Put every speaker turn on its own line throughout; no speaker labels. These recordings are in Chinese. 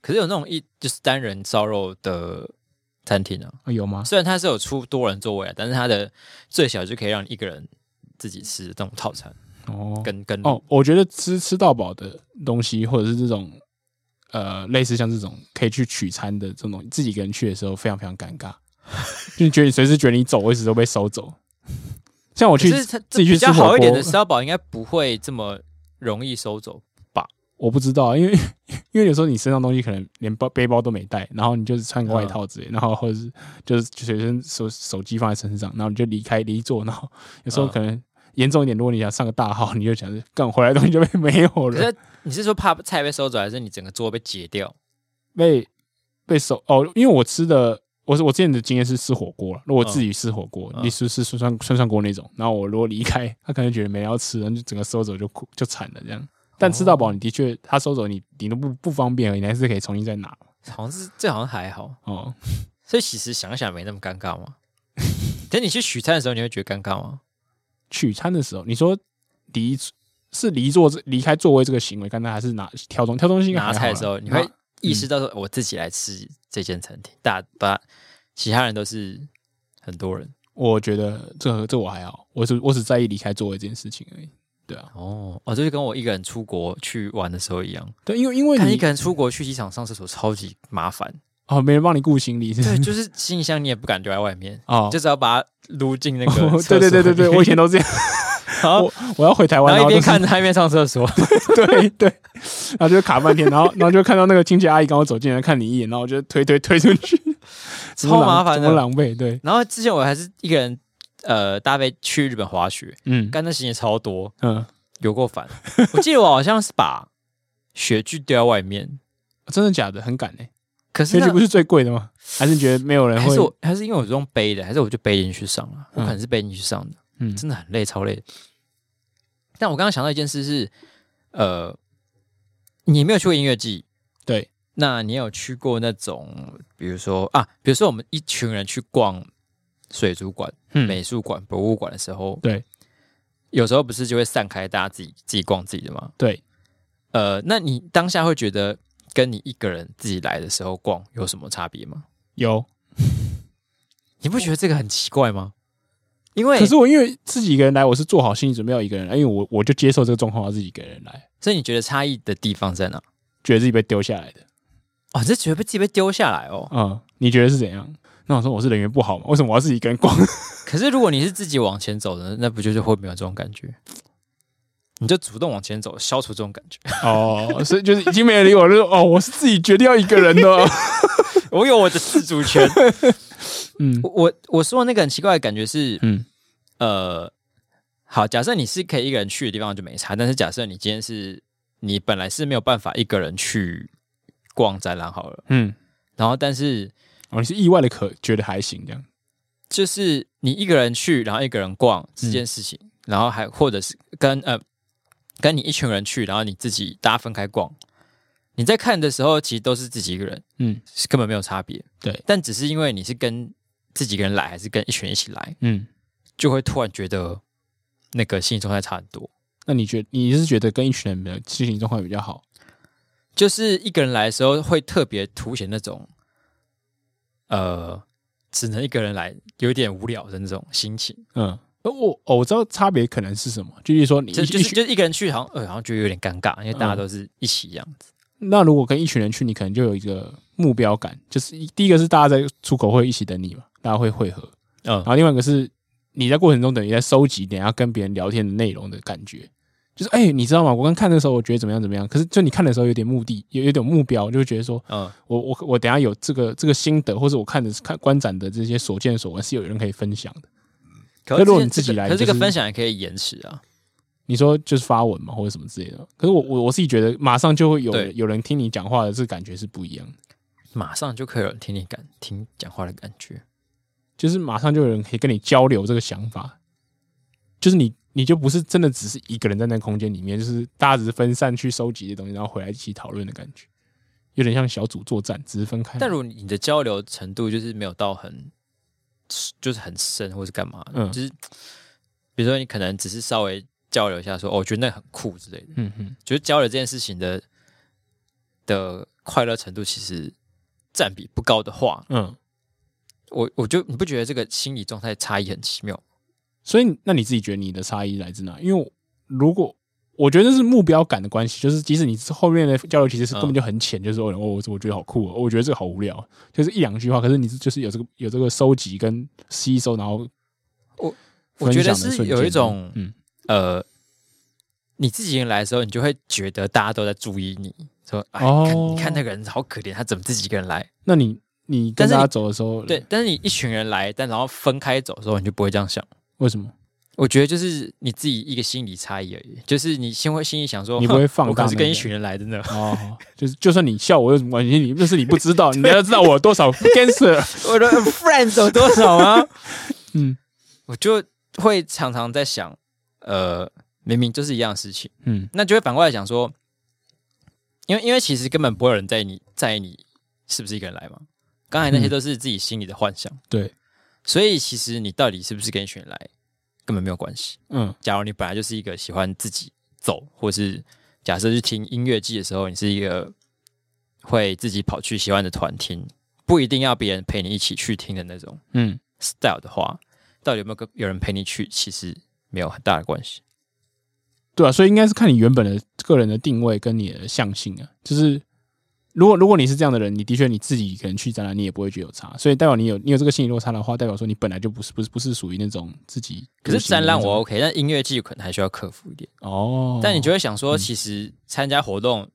可是有那种一就是单人烧肉的餐厅啊，
啊有吗？
虽然它是有出多人座位啊，但是它的最小就可以让你一个人自己吃的这种套餐，
哦
跟跟
哦，我觉得吃吃到饱的东西，或者是这种呃类似像这种可以去取餐的这种，自己一个人去的时候非常非常 尴尬，就你觉得你随时觉得你走，会时都被收走。像我
可
去
是它
自己去
比较
吃火
好一点的
锅
烧堡应该不会这么容易收走，
我不知道啊，因为 因为有时候你身上东西可能连包 背包都没带，然后你就是穿个外套之类，然后或者是就是随身手手机放在身上，然后你就离开离座，然后有时候
嗯
可能严重一点，如果你想上个大号，你就想是干回来东西就被没有
可
了，
是你是说怕菜被收走，还是你整个桌被截掉？
被被手哦，因为我吃的。我是我之前的经验是吃火锅了，如果
嗯
自己吃火锅，
嗯
你是吃涮涮涮涮锅那种，然后我如果离开，他可能觉得没人要吃，然后就整个收走就哭就惨了这样。但吃
哦
到饱，你的确他收走你，你都不不方便而已，你还是可以重新再拿
好像是这好像还好，
哦。
所以其实想想没那么尴尬 嘛。等你去取餐的时候，你会觉得尴尬吗？
取餐的时候，你说离是离座这离开座位这个行为，刚才还是拿挑东挑东西应该还
拿
好啦
菜的时候，你
拿
会意识到说我自己来吃这间餐厅，大把其他人都是很多人
我觉得这个这我还好，我只我只在意离开座位这件事情而已。对啊，
哦哦，这就跟我一个人出国去玩的时候一样。
对，因为因为
看一
你
个人出国去机场上厕所超级麻 烦，
哦，没人帮你顾行李是不
对，
是
就是行李箱你也不敢丢在外面，
哦，
就只要把它撸进那个
哦
厕所
对对对对对，
里
我以前都这 样，
然后
我我要回台湾，
然
然
后一边
后都是
看着他一边上厕所，
对对，然后就卡半天，然后然后就看到那个清洁阿姨刚好走进来看你一眼，然后我就推推推出 去，怎么
超
狼
麻烦
怎么
的。
狼狈？对，
然后之前我还是一个人，呃，搭飞去日本滑雪，
嗯
干那行李超多，
嗯，
有够烦。我记得我好像是把雪具丢在外面，
真的假的？很赶哎，
可是
学
那
区不是最贵的吗？还是你觉得没有人
还
会
是？我还是因为我是用背的，还是我就背进去上了，我可能是背进去上的。
嗯
真的很累，超累。但我刚刚想到一件事是，呃，你没有去过音乐季，
对，
那你有去过那种，比如说啊，比如说我们一群人去逛水族馆、
嗯
美术馆、博物馆的时候，
对，
有时候不是就会散开，大家自己自己逛自己的吗？
对，
呃，那你当下会觉得跟你一个人自己来的时候逛有什么差别吗？
有。
你不觉得这个很奇怪吗？因为
可，是我因为自己一个人来，我是做好心理准备要一个人来，因为我我就接受这个状况，要自己一个人来，
所以你觉得差异的地方在哪？
觉得自己被丢下来的。
哦，你是觉得被自己被丢下来哦。
嗯，你觉得是怎样？那我说我是人缘不好嘛？为什么我要自己一个人逛？
可是如果你是自己往前走的，那不就是会没有这种感觉？你就主动往前走，消除这种感觉。
哦，所以就是已经没人理我，就是哦，我是自己决定要一个人的。
我有我的自主权。
嗯
我我我说的那个很奇怪的感觉是，
嗯
呃，好，假设你是可以一个人去的地方就没差，但是假设你今天是你本来是没有办法一个人去逛展览好了，
嗯，
然后但是
哦，你是意外的可觉得还行这样。
就是你一个人去，然后一个人
嗯
逛这件事情，然后还或者是跟呃跟你一群人去，然后你自己大家分开逛，你在看的时候其实都是自己一个人，
嗯
是根本没有差别。
对，
但只是因为你是跟自己一个人来，还是跟一群人一起来，
嗯，
就会突然觉得那个心理状态差很多。
那你觉得你是觉得跟一群人的心情状况比较好？
就是一个人来的时候，会特别凸显那种，呃，只能一个人来，有点无聊的那种心情。
嗯，呃我哦，我知道差别可能是什么，就是说你一
就就
一嗯
是
群
就是一个人去，好像呃，好像觉得有点尴尬，因为大家都是一起这样子。
那如果跟一群人去，你可能就有一个目标感，就是一第一个是大家在出口会一起等你嘛，大家会汇合，
嗯
然，后另外一个是你在过程中等于在收集等一下跟别人聊天的内容的感觉，就是哎、你知道吗？我刚看的时候我觉得怎么样怎么样，可是就你看的时候有点目的，有有点目标，就会觉得说
嗯，
我我我等一下有这个这个心得，或者我看的看观展的这些所见所闻是有人可以分享的。
可
可
是
如果
这
你自己
这个
来
可是这个
就是
分享也可以延迟啊。
你说就是发文嘛，或者什么之类的。可是我我我自己觉得，马上就会有
对
有人听你讲话的，这个感觉是不一样的。
马上就可以有人听你感听讲话的感觉。
就是马上就有人可以跟你交流这个想法，就是你你就不是真的只是一个人在那个空间里面，就是大家只是分散去收集这些东西，然后回来一起讨论的感觉，有点像小组作战，只是分开。
但如果你的交流程度就是没有到很，就是很深或是干嘛，
嗯
就是比如说你可能只是稍微交
嗯
流一下说哦，我觉得那很酷之类的，
嗯嗯
就是交流这件事情的的快乐程度其实占比不高的话，
嗯，
我我就你不觉得这个心理状态差异很奇妙？
所以那你自己觉得你的差异来自哪？因为我如果我觉得是目标感的关系，就是即使你后面的交流其实是根本就很浅，就是哦，我我觉得好酷、哦，我觉得这个好无聊，就是一两句话，可是你是就是有这个有这个收集跟吸收，然后
我我
分
觉
享
得
的瞬
是
间
有一种
嗯
呃，你自己一个人来的时候，你就会觉得大家都在注意你，说哎，
哦
看你看那个人好可怜，他怎么自己一个人来？
那你你
但
跟
是
大家
你
走的时候，
对，，但是你一群人来，但然后分开走的时候，你就不会这样想。
为什么
我觉得就是你自己一个心理差异而已，就是你先会心里想说，
你不会
哼
放
我可
大
能是跟
那
一
个
群人来的 呢。
哦，就是就算你笑我有什么关系？你那是你不知道，你要知道我有多少 cancer。
我的 friends 有多少吗？
嗯
我就会常常在想，呃，明明就是一样的事情，
嗯
那就会反过来想说，因为因为其实根本不会有人在意你在意你是不是一个人来嘛。刚才那些
嗯
都是自己心里的幻想，
对，
所以其实你到底是不是跟一群人来，根本没有关系。
嗯
假如你本来就是一个喜欢自己走，或是假设是听音乐季的时候，你是一个会自己跑去喜欢的团听，不一定要别人陪你一起去听的那种
嗯，
style 的话，到底有没有跟有人陪你去，其实没有很大的关系。
对啊，所以应该是看你原本的个人的定位跟你的向性啊。就是如果如果你是这样的人，你的确你自己可能去展览，你也不会觉得有差。所以代表你有你有这个心理落差的话，代表说你本来就不是不是不是属于那种自己
可是
独行
展
的
览
那种
我 OK，但音乐季可能还需要克服一点。
哦，
但你就会想说，其实参加活动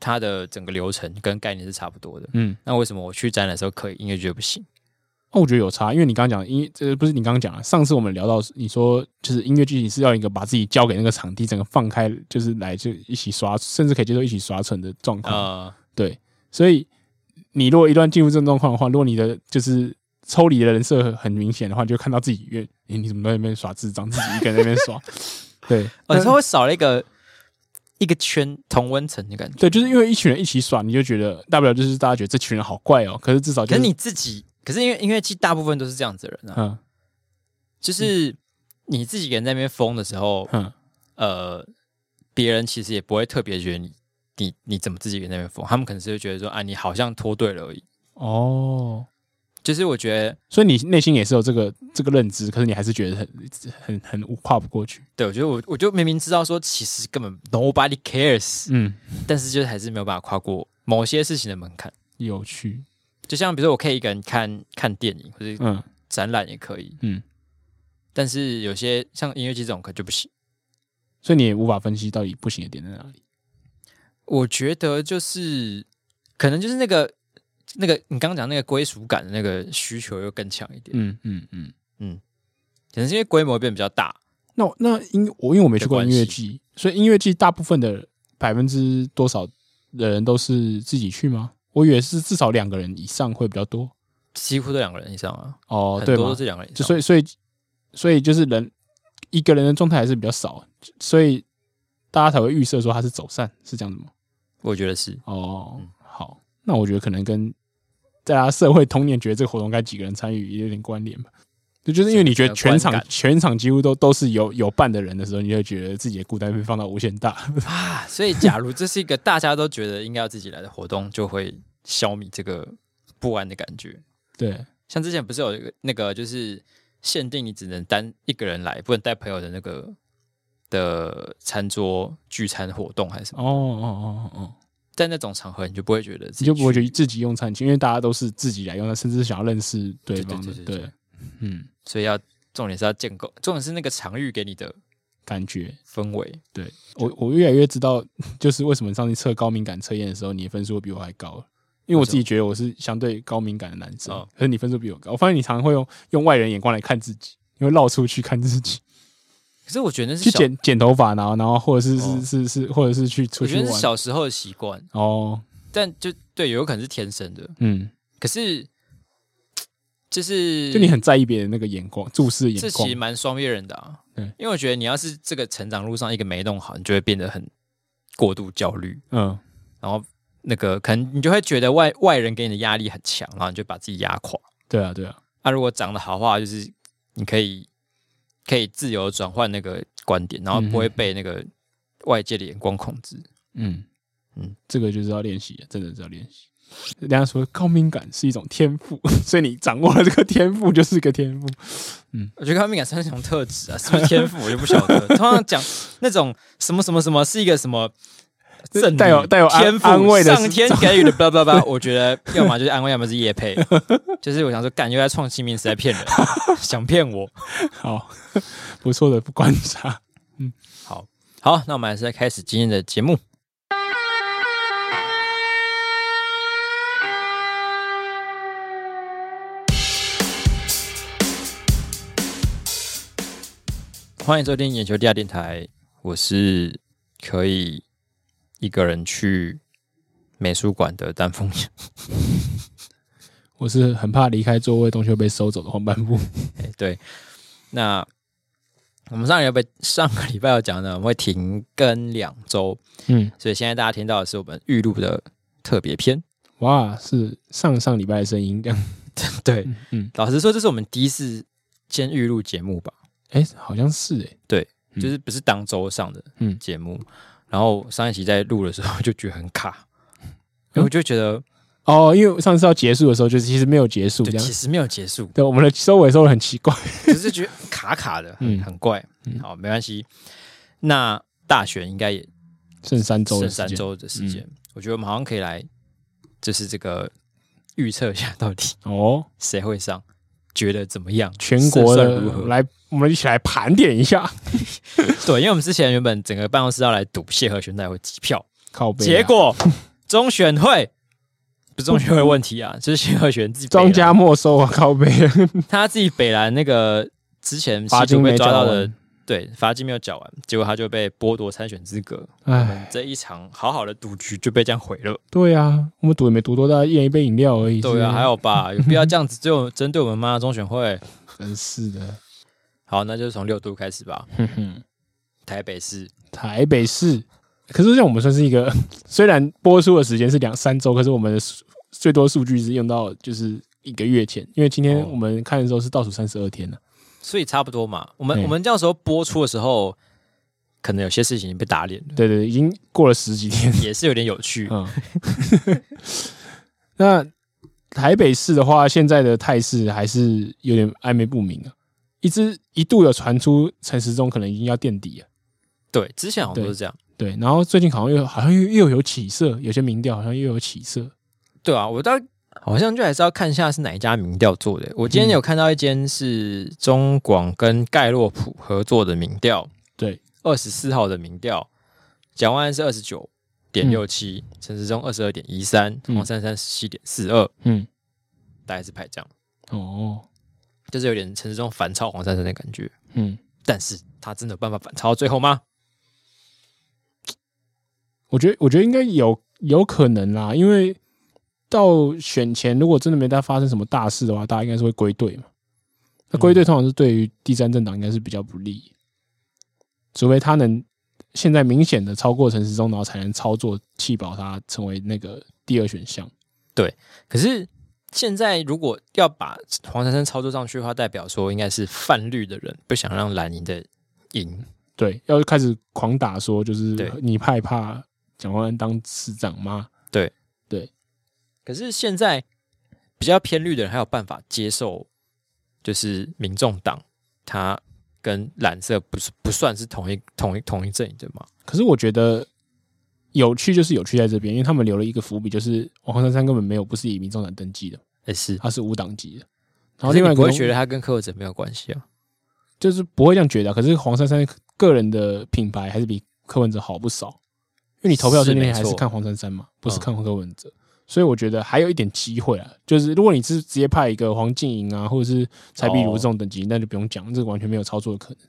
它的整个流程跟概念是差不多的，
嗯。
那为什么我去展览的时候可以，音乐剧不行？
哦，我觉得有差，因为你刚刚讲，因为这不是你刚刚讲了，上次我们聊到，你说就是音乐剧情是要一个把自己交给那个场地，整个放开，就是来就一起刷，甚至可以接受一起刷存的状况。
呃，
对，所以你如果一段进入这种状况的话，如果你的就是抽离的人设很明显的话，你就看到自己越，诶你怎么在那边耍智障，自己一个人在那边耍。对，
哦，
但
你说会少了一个一个圈同温层的感觉。
对，就是因为一群人一起耍，你就觉得大不了就是大家觉得这群人好怪哦，可是至少就
可
是
是你自己，可是因为音乐季大部分都是这样子的人啊，
嗯
就是你自己一个人在那边疯的时候，
嗯
呃，别人其实也不会特别觉得你你你怎么自己一个人在那边疯，他们可能是会觉得说啊，你好像脱队了而已。
哦。
就是我觉得，
所以你内心也是有这个这个认知，可是你还是觉得很很很无跨不过去。
对我觉得我我就明明知道说，其实根本 nobody cares，
嗯，
但是就是还是没有办法跨过某些事情的门槛。
有趣。
就像比如说，我可以一个人看看电影，或者
嗯
展览也可以，
嗯，
但是有些像音乐剧这种可就不行。
所以你也无法分析到底不行的点在哪里。
我觉得就是可能就是那个那个你刚刚讲那个归属感的那个需求又更强一点，
嗯嗯嗯。
可能是因为规模变比较大，
那我那音我因为我没去过
的
音
关系
乐季，所以音乐季大部分的百分之多少的人都是自己去吗？我以为是至少两个人以上会比较多。
几乎都两个人以上啊，
哦，
很
对
多
吗
都？是两个人以
就
上。
所以所以所以就是人一个人的状态还是比较少，所以大家才会预设说他是走散，是这样子吗？
我觉得 是，
哦，
嗯
好，那我觉得可能跟大家社会通念觉得这个活动该几个人参与也有点关联吧。就就是因为你觉得全
这
场
个
全场几乎都都是有有伴的人的时候，你就会觉得自己的孤单被放到无限大。
啊，所以假如这是一个大家都觉得应该要自己来的活动，就会消弭这个不安的感觉。
对，
像之前不是有一个那个就是限定你只能单一个人来，不能带朋友的那个的餐桌聚餐活动还是什么，
哦哦哦哦，
在那种场合你就不会觉得自己
你就不会觉
去
得自己用餐去，因为大家都是自己来用的，甚至想要认识对
对对
方的。
对对对
嗯，
所以要重点是要建构，重点是那个场域给你的
感觉
氛围。
对我我越来越知道， 就是为什么上次测高敏感测验的时候，你的分数会比我还高了。因为我自己觉得我是相对高敏感的男生
哦，
可是你分数比我高。我发现你常常会用用外人眼光来看自己，因为绕出去看自 己，
可是我觉得那
去
是小，
剪剪头发，然后然后或者是
哦
是是是，或者是去出
我觉
去
得是
玩。
小时候的习惯，
哦，
但就对，有可能是天生的。
嗯，
可是就是
就你很在意别人那个眼光、注视
这
的眼
其
光
实。蛮双面人的啊。
对
因为我觉得你要是这个成长路上一个没弄好，你就会变得很过度焦虑，
嗯，
然后那个可能你就会觉得外外人给你的压力很强，然后你就把自己压垮。
对啊，对啊，
那、如果长得好的话，就是你可以可以自由转换那个观点，然后不会被那个外界的眼光控制。
嗯，
嗯
嗯，这个就是要练习的，真的是要练习。人家说高敏感是一种天赋， 所以你掌握了这个天赋就是一个天赋。
我觉得高敏感算是一种特质啊，是不是天赋我就不晓得。通常讲那种什么什么什么是一个什么赠予
带有带有安
天赋
安慰的
上天给予的 blah blah blah，我觉得要么就是安慰，要么是叶配。就是我想说，干又在创新名词在骗人，想骗我。
好， 不错的观察。
好，那我们还是来开始今天的节目。欢迎收听眼球地下电台，我是可以一个人去美术馆的丹凤 眼。
我是很怕离开座位东西会被收走的黄斑部。
哎对，那我们上个礼拜上个礼拜有讲呢，我们会停更两周，
嗯，
所以现在大家听到的是我们预录的特别篇。
哇，是上上礼拜的声音这样。
对，
嗯，
老实说，这是我们第一次先预录节目吧，
哎、好像是哎、嗯
就是不是当周上的
嗯
节目。然后上一期在录的时候就觉得很卡，因为
嗯
我就觉得
哦，因为上次要结束的时候，就是其实没有结束
对
这样，
其。实没有结束
对，我们的收尾收的很奇怪。
只是觉得卡卡的，很
嗯
很怪。
嗯
好，没关系。那大选应该也
剩三周的
剩
时间嗯
三周的时间，我觉得我们好像可以来，就是这个预测一下到底
哦，
谁会上，觉得怎么样，
全国
胜
的
算如何？
来，我们一起来盘点一下。
对，因为我们之前原本整个办公室要来赌谢和选代会几票，
靠背啊、
结果中选会不是中选会问题 啊，就是谢和弦自己北
庄
兰
家没收啊，靠背啊
他自己北兰那个之前
罚
吸毒
金
被
没
抓到
交
的
完，，
对罚金没有缴完，结果他就被剥夺参选资格。我
哎，
们这一场好好的赌局就被这样毁了。
对啊，我们赌也没赌多大，一人一杯饮料而已。
对啊，还
有
有吧，有必要这样子就针对我们吗？中选会，
真是的，
好，那就是从六都开始吧。
哼哼。
台北市，
台北市。可是像我们算是一个， 虽然播出的时间是两三周，可是我们的数最多数据是用到就是一个月前，因为今天
哦
我们看的时候是倒数三十二天啊了。
所以差不多嘛。我们
嗯
我们到时候播出的时候，可能有些事情已经被打脸 了，
对对，对已经过了十几天。
也是有点有趣。
嗯， 那台北市的话，现在的态势还是有点暧昧不明啊。一直一度有传出陈时中可能已经要垫底了，
对，之前好像都是这样。
对，然后最近好像又好像又又有起色，有些民调好像又有起色，
对啊，我倒好像就还是要看一下是哪一家民调做的。我今
嗯
天有看到一间是中广跟盖洛普合作的民调，
对，
二十四号的民调，蒋万安是二十九点六七，陈时中二十二点一三，
嗯
黄珊珊十七点四二，
嗯，
大概是排这样，
哦，
就是有点陈时中反超黄珊珊的感觉。
嗯，
但是他真的有办法反超到最后吗？
我觉得，我觉得应该有有可能啦，因为到选前，如果真的没大发生什么大事的话，大家应该是会归队嘛。那归队通常是对于第三政党应该是比较不利，除非他能现在明显的超过陈时中，然后才能操作弃保他成为那个第二选项。
可是现在如果要把黄珊珊操作上去的话，代表说应该是泛绿的人不想让蓝营的赢，
对，要开始狂打说，就是
对
你害怕蒋万安当市长吗？
可是现在比较偏绿的人还有办法接受，就是民众党他跟蓝色不是不算是同一同一同一阵营的嘛？
可是我觉得有趣就是有趣在这边，因为他们留了一个伏笔，就是黄珊珊根本没有不是以民众党登记的。
也是。
他是无党籍的。
然
然后
后
另
另
外
外
一
不
个
会
东
觉得他跟柯文哲没有关系啊？
就是不会这样觉得啊、可是黄珊珊个人的品牌还是比柯文哲好不少，因为你投票的时
是
候那
没
天还是
错
看黄珊珊嘛，不是
嗯
看柯文哲，所以我觉得还有一点机会啊。就是如果你是直接派一个黄静莹啊，或者是蔡壁如
哦
这种等级，那就不用讲，这个完全没有操作的可能。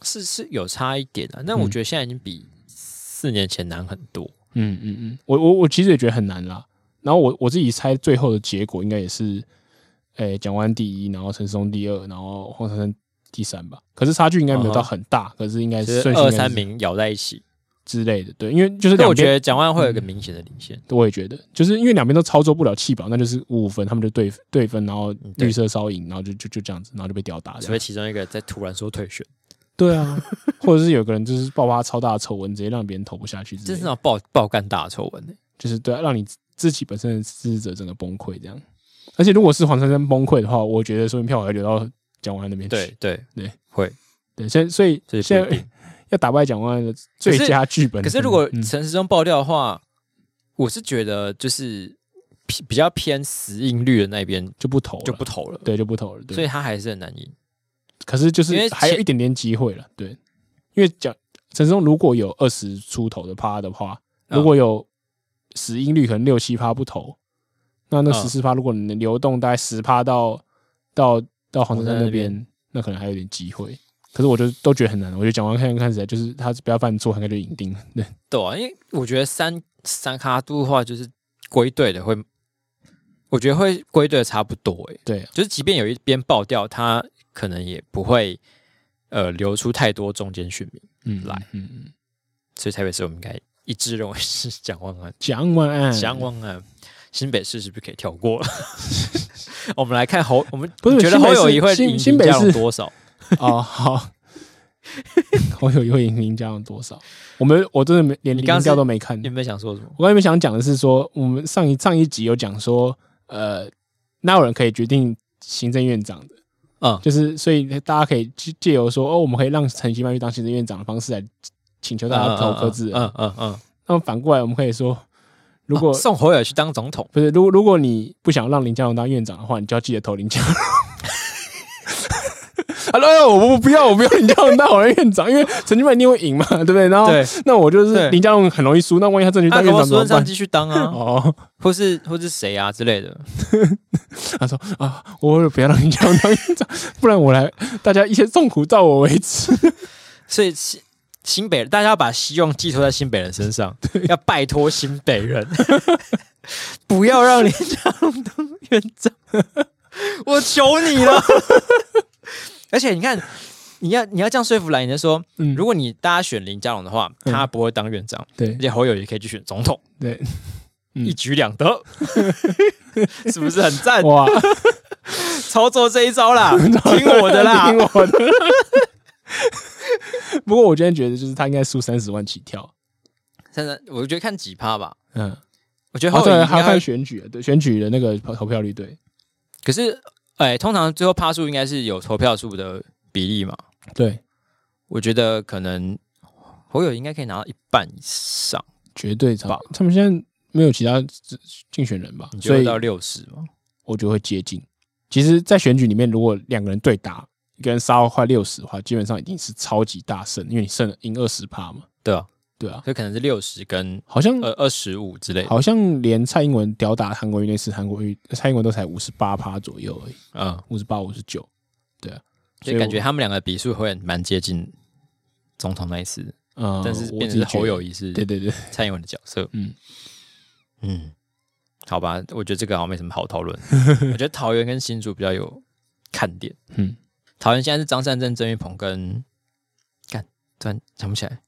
是是有差一点啊，但我
嗯
觉得现在已经比四年前难很多。
嗯嗯嗯，我我我其实也觉得很难啦。然后我我自己猜最后的结果应该也是，诶、蒋万安第一，然后陈松第二，然后黄珊珊第三吧。可是差距应该没有到
嗯哼
很大，可是应该
就是
顺序应
二
该是
三名咬在一起，
之类的，对，因为就是
但
两
我觉
边，嗯
得蒋万安会有一个明显的领先。
我也觉得，就是因为两边都操作不了弃保，那就是五五分，他们就对对分，然后
嗯对
绿色稍赢，然后就就就这样子，然后就被吊打这
除非
样。
其中一个在突然说退选，
对啊，或者是有个人就是爆发超大的丑闻，直接让别人投不下去之类的，
这是那种爆爆干大的丑闻呢。
就是对、啊，让你自己本身的支持者整个崩溃这样。而且如果是黄珊珊崩溃的话，我觉得说明票我要留到蒋万安那边去。
对对
对，
会。
对，现在所以
所以不
现
一
在
定
要打败蒋万安的最佳剧本。
可是如果
嗯
陈时中爆掉的话，我是觉得就是比比较偏死硬率的那边
就不投了，
就不投了，
对就不投了。对
所以他还是很难赢。
可是就是
因为
还有
前
一点点机会了，对，因为讲陈松如果有二十出头的趴的话，
嗯
如果有死因率可能六七趴不投，那那
嗯
十四趴如果你能流动大概十趴到到到黄
黄
珊珊那
珊珊那
边，那可能还有点机会。可是我就都觉得很难，我觉得讲完看看起来就是他不要犯错，应该就赢定了。 对，
对啊，因为我觉得三三咖度的话，就是归队的会，我觉得会归队的差不多诶、欸
对啊，
就是即便有一边爆掉，他可能也不会呃流出太多中间讯民，
嗯，
来，
嗯嗯，
所以台北市我们应该一致认为是 蒋万安。
蒋万安，
蒋万安，呃新北市是不是可以跳过了？ 我们来看侯，我们
不是
你觉得
新北
侯
市
友谊会赢
新新
林
北
佳龙
市
多少？
哦，好， 侯友谊会赢林家用多少？我们我真的没连
你
林
刚刚是
家都没看
你，有没有想说什么？
我刚才想讲的是说，我们上一上一集有讲说，呃，哪有人可以决定行政院长的？
嗯
就是所以大家可以借借由说，哦，我们可以让陈其迈去当行政院长的方式来请求大家投科制。
嗯嗯嗯。
那么反过来，我们可以说，啊如果、
哦送侯友宜去当总统，
不是，如果如果你不想让林佳龙当院长的话，你就要记得投林佳龙。啊，那我不我不要，我不要林佳龙当我的院长，因为陈其迈一定会赢嘛，对不对？然后
对，啊
那我就是
对
林佳龙很容易输，那万一他真的去
那
哦当
跟
院
我
长怎
苏
么
贞昌
办？
继续当啊，
哦，
或是或是谁啊之类的。
他说啊，我为了不要让林佳龙当院长，不然我来大家一些痛苦到我为止。
所以新新北大家要把希望寄托在新北人身 上，要拜托新北人， 不要让林佳龙当院长， 我求你了。 而且你看，你要你要这样说服蓝营的说，
嗯
如果你大家选林佳龙的话，
嗯
他不会当院长，
对
而且侯友宜可以去选总统，
对，嗯
一举两 得，是不是很赞？
哇，
操作这一招啦，听我的啦
听。我的。不过我今天觉得，就是他应该输三十万起跳。
真的，我觉得看几趴吧，
嗯，
我觉得
哦，
侯友宜
对，
应
还
该
要看
会
选举，对选举的那个投票率，对
可是，哎、通常最后趴数应该是有投票数的比例嘛？
对，
我觉得可能侯友宜应该可以拿到一半以上，
绝对超
吧。
他们现在没有其他竞选人吧
你，觉
所
得
以
到六十吗？
我就会接近。其实，在选举里面，如果两个人对打，一个人杀到快六十的话，基本上已经是超级大胜，因为你胜了赢二十趴嘛，
对啊，
对啊，
所以可能是六十跟
好像
呃二十五之类的。
嗯好像连蔡英文吊打韩国瑜那次，韩国瑜蔡英文都才五十八趴左右而已，
嗯，
五十八五十九，对啊，
所
所以
以
我
感觉他们两个比数会蛮接近总统那一次，
嗯，
但是
我
变
自
成是
己觉
侯友
得，
宜是
对 对对，
蔡英文的角色。
嗯
嗯，好吧，我觉得这个好像没什么好讨 论。我觉得桃园跟新竹比较有看点。
嗯，
桃园现在是张善政、郑玉鹏跟干，突然想不起 来，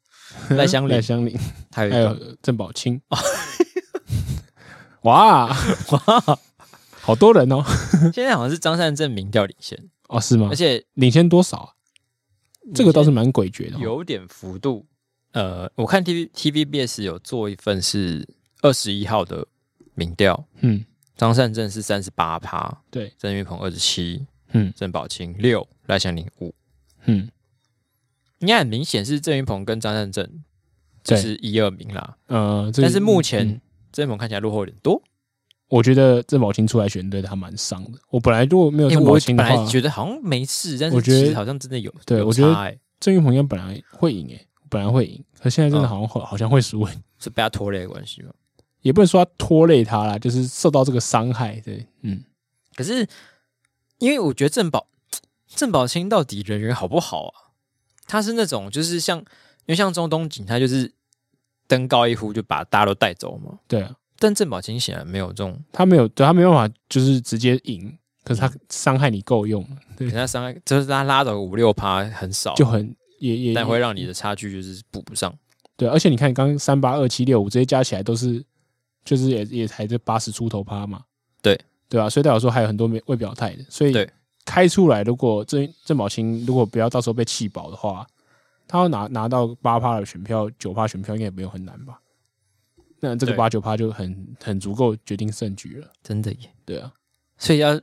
赖香林
赖香林，
还有一
还
个
有郑宝清，
哦
哇哇，好多人哦，
现在好像是张善政民调领先，
哦是吗
而？且
领先多少啊？这个倒是蛮诡谲的哦，
有点幅度。呃，我看 T V T V B S 有做一份是二十一号的民调，
嗯，
张善政是三十八趴，
对，
郑玉鹏二十七，
嗯
郑宝清六，赖香林五。
嗯。
应该很明显是郑云鹏跟张善政就
对
是一二名啦，
呃，这
但是目前、
嗯
郑云鹏看起来落后有点多。
我觉得郑宝清出来选对他蛮伤的。我本来如果没有
因为
郑
我
宝清
本
的话
来，觉得好像没事，但是
我觉得
其实好像真的有
对
有
我觉得
差欸
郑玉鹏应该本来会赢诶、欸本来会赢，可现在真
嗯
的好像会、好像会输诶、欸
是被他拖累的关系嘛。
也不能说他拖累他啦，就是受到这个伤害。对，嗯，
可是因为我觉得郑宝郑宝清到底人缘好不好啊？他是那种就是像因为像中东锦，他就是登高一呼就把大家都带走嘛。
对啊，
但郑宝清显然没有这种，
他没有，对他没办法，就是直接赢，可是他
嗯
伤害你够用，对
人，家伤害就是他拉走五六趴很少，
就很也也
但会让你的差距就是补不上。
对，而且你看，刚刚三八二七六五这些加起来都是，就是也也才这八十出头趴嘛，
对
对啊吧、所以代表说还有很多没未表态的，所以
对
开出来，如果郑郑宝清如果不要到时候被气爆的话，他要拿拿到八趴的选票、九趴选票，应该也没有很难吧？那这个
对
八九趴就很很足够决定胜局了。
真的耶。
对啊，
所以要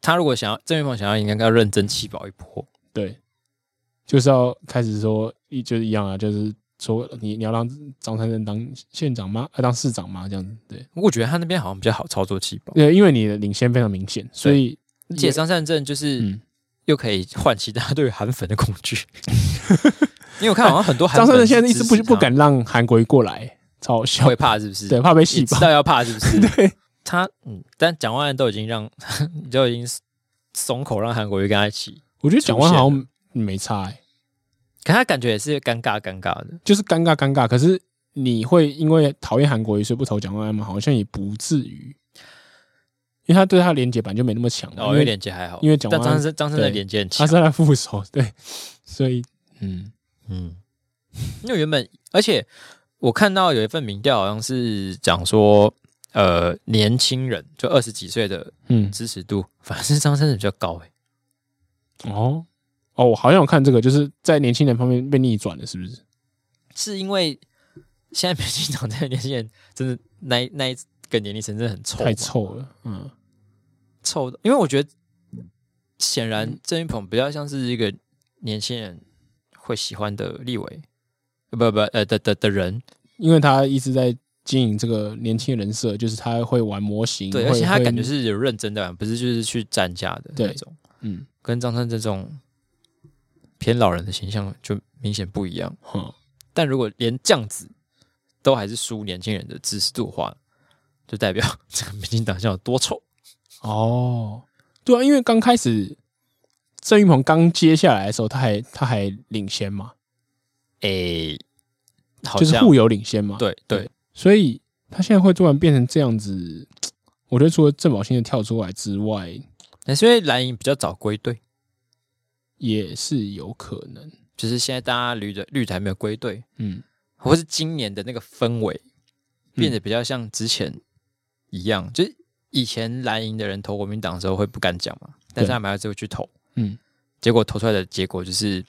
他如果想要郑云鹏想要赢，应该要认真气饱一波。
对，就是要开始说一就是一样啊，就是说你你要让张三正当县长吗？啊，当市长吗？这样子对，
我觉得他那边好像比较好操作气饱。
呃，因为你的领先非常明显，所以
而且张善政就是
嗯
又可以唤起大家对于韩粉的恐惧， 因为我看好像很多韩
张
粉
三正现在一直不
支持他
不敢让韩国瑜过来，超好笑
会，怕是不是？
对，，怕被
你
戏
知
吧？
道要怕是不 是？对，他嗯，但蒋万安都已经让都已经松口让韩国瑜跟他一起，
我觉得蒋万好像没差、欸，
可他感觉也是尴尬尴尬的，
就是尴尬尴尬。可是你会因为讨厌韩国瑜所以不投蒋万安吗？好像也不至于，因为他对他连接版就没那么强了。
哦，因
因
为
为
连接还好，
因为蒋
但
万安
张生张生的
对
连接很强
他是，他的副手，对，所以嗯，
嗯，因为原本而且我看到有一份民调好像是讲说，呃，年轻人就二十几岁的
嗯，
支持度，反而是张三的比较高诶、欸
哦哦，我好像有看这个，就是在年轻人方面被逆转了，是不是？
是因为现在民 进党这个年轻人真的那一那一个年龄层真的很臭嘛，
太臭了，嗯，
臭的，因为我觉得显然郑云鹏比较像是一个年轻人会喜欢的立委，呃不不呃的的的人，
因为他一直在经营这个年轻人设，就是他会玩模型，
对，
会
而且他
会
感觉是有认真的玩，啊不是就是去占假的
对
那种，
嗯
跟张三这种偏老人的形象就明显不一样。
哼，
但如果连这样子都还是输年轻人的支持度的话，就代表 这个民进党现在有多臭。
哦，对啊，因为刚开始郑云鹏刚接下来的时候，他还他还领先嘛，
诶、哎好
就是
像
互有嗯领先嘛，，
对对，
所以他现在会突然变成这样子，我觉得除了郑宝新的跳出来之外，
那是因为蓝营比较早归队，
也是有可能，
就是现在大家绿的绿台没有归队，
嗯，
或是今年的那个氛围变得比较像之前一样，就是以前蓝营的人投国民党的时候会不敢讲嘛，但是
对
他们还是会去投，
嗯，
结果投出来的结果就是，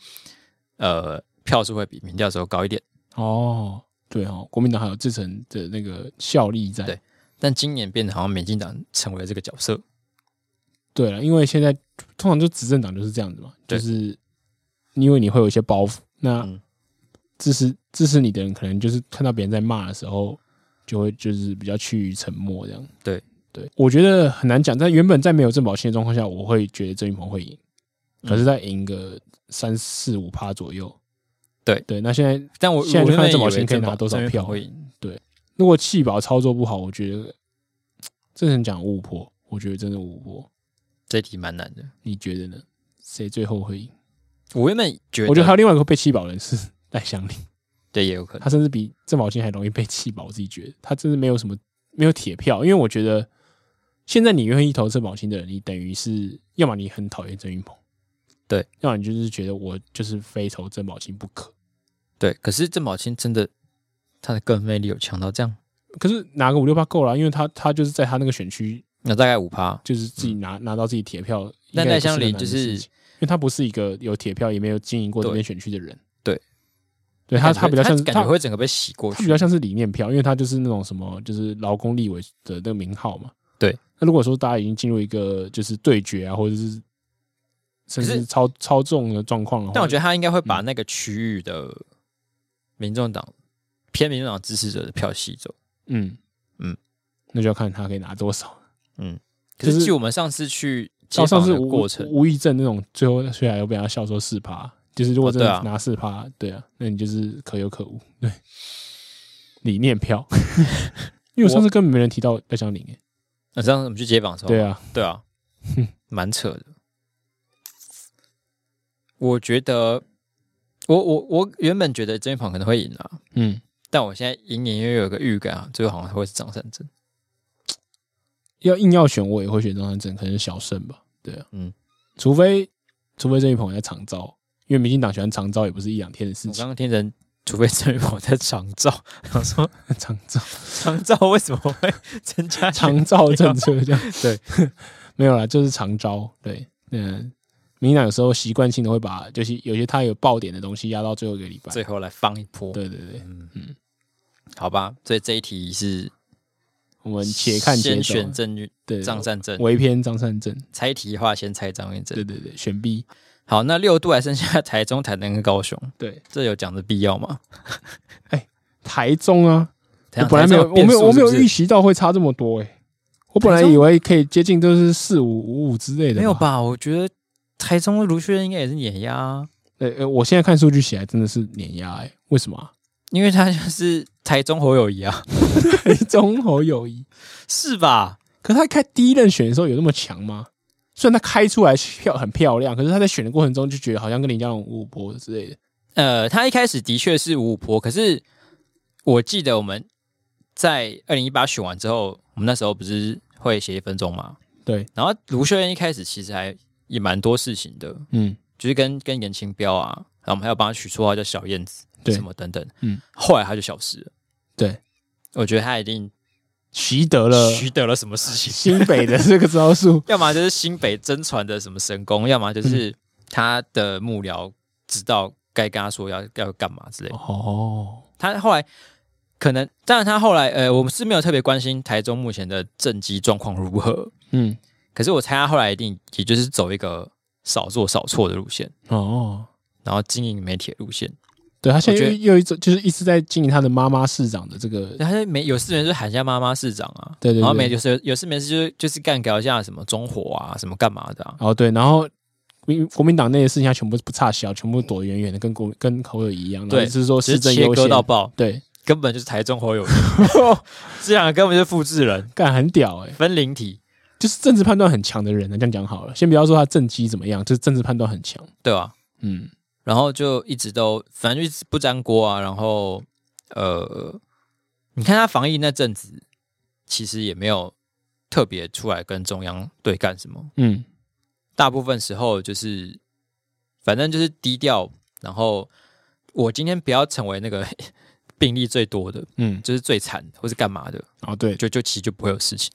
呃，票数会比民调的时候高一点。
哦，对哦，国民党还有自成的那个效力在，
对但今年变得好像民进党成为了这个角色，
对了，因为现在通常就执政党就是这样子嘛，就
对
是因为你会有一些包袱，那
嗯
支持支持你的人可能就是看到别人在骂的时候，就会就是比较趋于沉默这样。
对
对，我觉得很难讲，在原本在没有郑宝新的状况下，我会觉得郑云鹏会赢，可
嗯
是再赢个三四五趴左右。
对
对，那现在
但我
现在
我
就
原
看
本
郑宝
以为
清可以
郑
拿多少
郑云
啊票
鹏会赢
如果弃保操作不好，我觉得这很讲误破，我觉得真的误破。
这一题蛮难的。
你觉得呢？谁最后会赢？
我原本觉得，
我觉得还有另外一个被气饱的人是赖香林，
对也有可能，
他甚至比郑宝清还容易被气饱。我自己觉得他真的没有什么没有铁票，因为我觉得现在你愿意投郑宝清的人，你等于是要么你很讨厌郑云鹏，
对；
要么你就是觉得我就是非投郑宝清不可。
对。可是郑宝清真的他的个人魅力有强到这样，
可是拿个五六趴够了啊，因为他他就是在他那个选区，
那大概五趴，
就是自己拿、拿到自己铁票。
那
应该
嗯赖
不
香
很
林
难
就
的事
是
情因为他不是一个有铁票也没有经营过这边选区的人，
对，
对他他比较像是
感觉
他
会整个被洗过
他
去，
比较像是理念票，因为他就是那种什么，就是劳工立委的那个名号嘛。
对。
那如果说大家已经进入一个就是对决啊，或者是甚
可
至
是
操操纵的状况的话，
但我觉得他应该会
嗯
把那个区域的民众党偏民众党支持者的票吸走。
得，嗯
嗯，
那就要看他可以拿多少。
可
就是是
据我们上次去
到
街
上
访
次
的
吴
过程，
吴吴义正那种，最后虽然又被他笑说四趴，就是如果
哦
真
对
的
啊
拿四趴，对啊，那你就是可有可无。对，理 念票，因为我上次根本没人提到赖香林、欸，
那上次我们去街访的时候，
对啊，
对啊，蛮扯的。我觉得，我我我原本觉得郑云鹏可能会赢啊，
嗯。
但我现在隐隐约约有个预感啊，最后好像会是张善政。
要硬要选，我也会选张三正，可能是小胜吧。对啊，
嗯
嗯，除非除非郑云鹏在长招，因为民进党喜欢长招也不是一两天的事
我
情
刚。刚听人，除非郑云鹏在长照， 想说
长 招，
长照为什么会增加选
长招政策这样
对，
没有啦，就是长招。对，嗯，民进党有时候习惯性的会把，就是有些他有爆点的东西压到最后一个礼拜。
最后来放一波，
对对对，
好吧？所以这一题是
我们且看且
先
走。
选郑玉
对
张善政，
围偏张善政，
猜题的话先猜张善政。
对对对，选 B，
好，那六度还剩下台中、台南跟高雄，
对
这有讲的必要吗？
台中啊，
台
我
中
本来没有，我没有，我没有预
台中变数是
习到会差这么多诶、欸我本来
台中
以为可以接近都是四五五五之类
不是
的，
没有？吧？我觉得台中卢学应该也是碾压啊，
呃呃，我现在看数据起来真的是碾压诶、为什么啊、
因为他就是台中侯友谊啊，
台中侯友谊，
是吧？
可是他开第一任选的时候有那么强吗？虽然他开出来票很漂亮，可是他在选的过程中就觉得好像跟林佳龙五五波之类的。
呃，他一开始的确是五五坡，可是我记得我们在二零一八选完之后，我们那时候不是会写一分钟嘛？
对，
然后卢秀燕一开始其实还也蛮多事情的，
嗯，
就是跟跟严清标啊，然后我们还要帮他取绰号叫小燕子，
对
什么等等，
嗯，
后来他就消失了。
对，
我觉得他一定
习得了
取得了什么事情，，
新北的这个招数
要么就是新北真传的什么神功，要么
嗯
就是他的幕僚知道该跟他说要要干嘛之类的。
哦，
他后来可能，当然他后来，呃，我们是没有特别关心台中目前的政绩状况如何，
嗯，
可是我猜他后来一定也就是走一个少做少错的路线，
哦，
然后经营媒体的路线。
对他现在
我觉
又又一种就是一直在经营他的妈妈市长的这个，
然后他就没有事没事就喊一下妈妈市长啊，
对对对
然后没有事有事没事就是就是干搞一下什么中火啊，什么干嘛的、啊，
哦对，然后民国民党内的事情他全部不差小，全部躲远远的，跟国跟侯友宜一样，然后
对
只是说
只
市
是
政
切
优
割
先，
到爆，
对，
根本就是台中侯友谊，这两个根本就是复制人，
干很屌哎、
分灵体，
就是政治判断很强的人呢，这样讲好了，先不要说他政绩怎么样，就是政治判断很强，
对吧、
嗯，
然后就一直都反正就一直不沾锅啊，然后呃，你看他防疫那阵子，其实也没有特别出来跟中央对干什么，
嗯，
大部分时候就是反正就是低调，然后我今天不要成为那个 病例最多的，
嗯，
就是最惨或是干嘛的，
哦对
就就其实就不会有事情。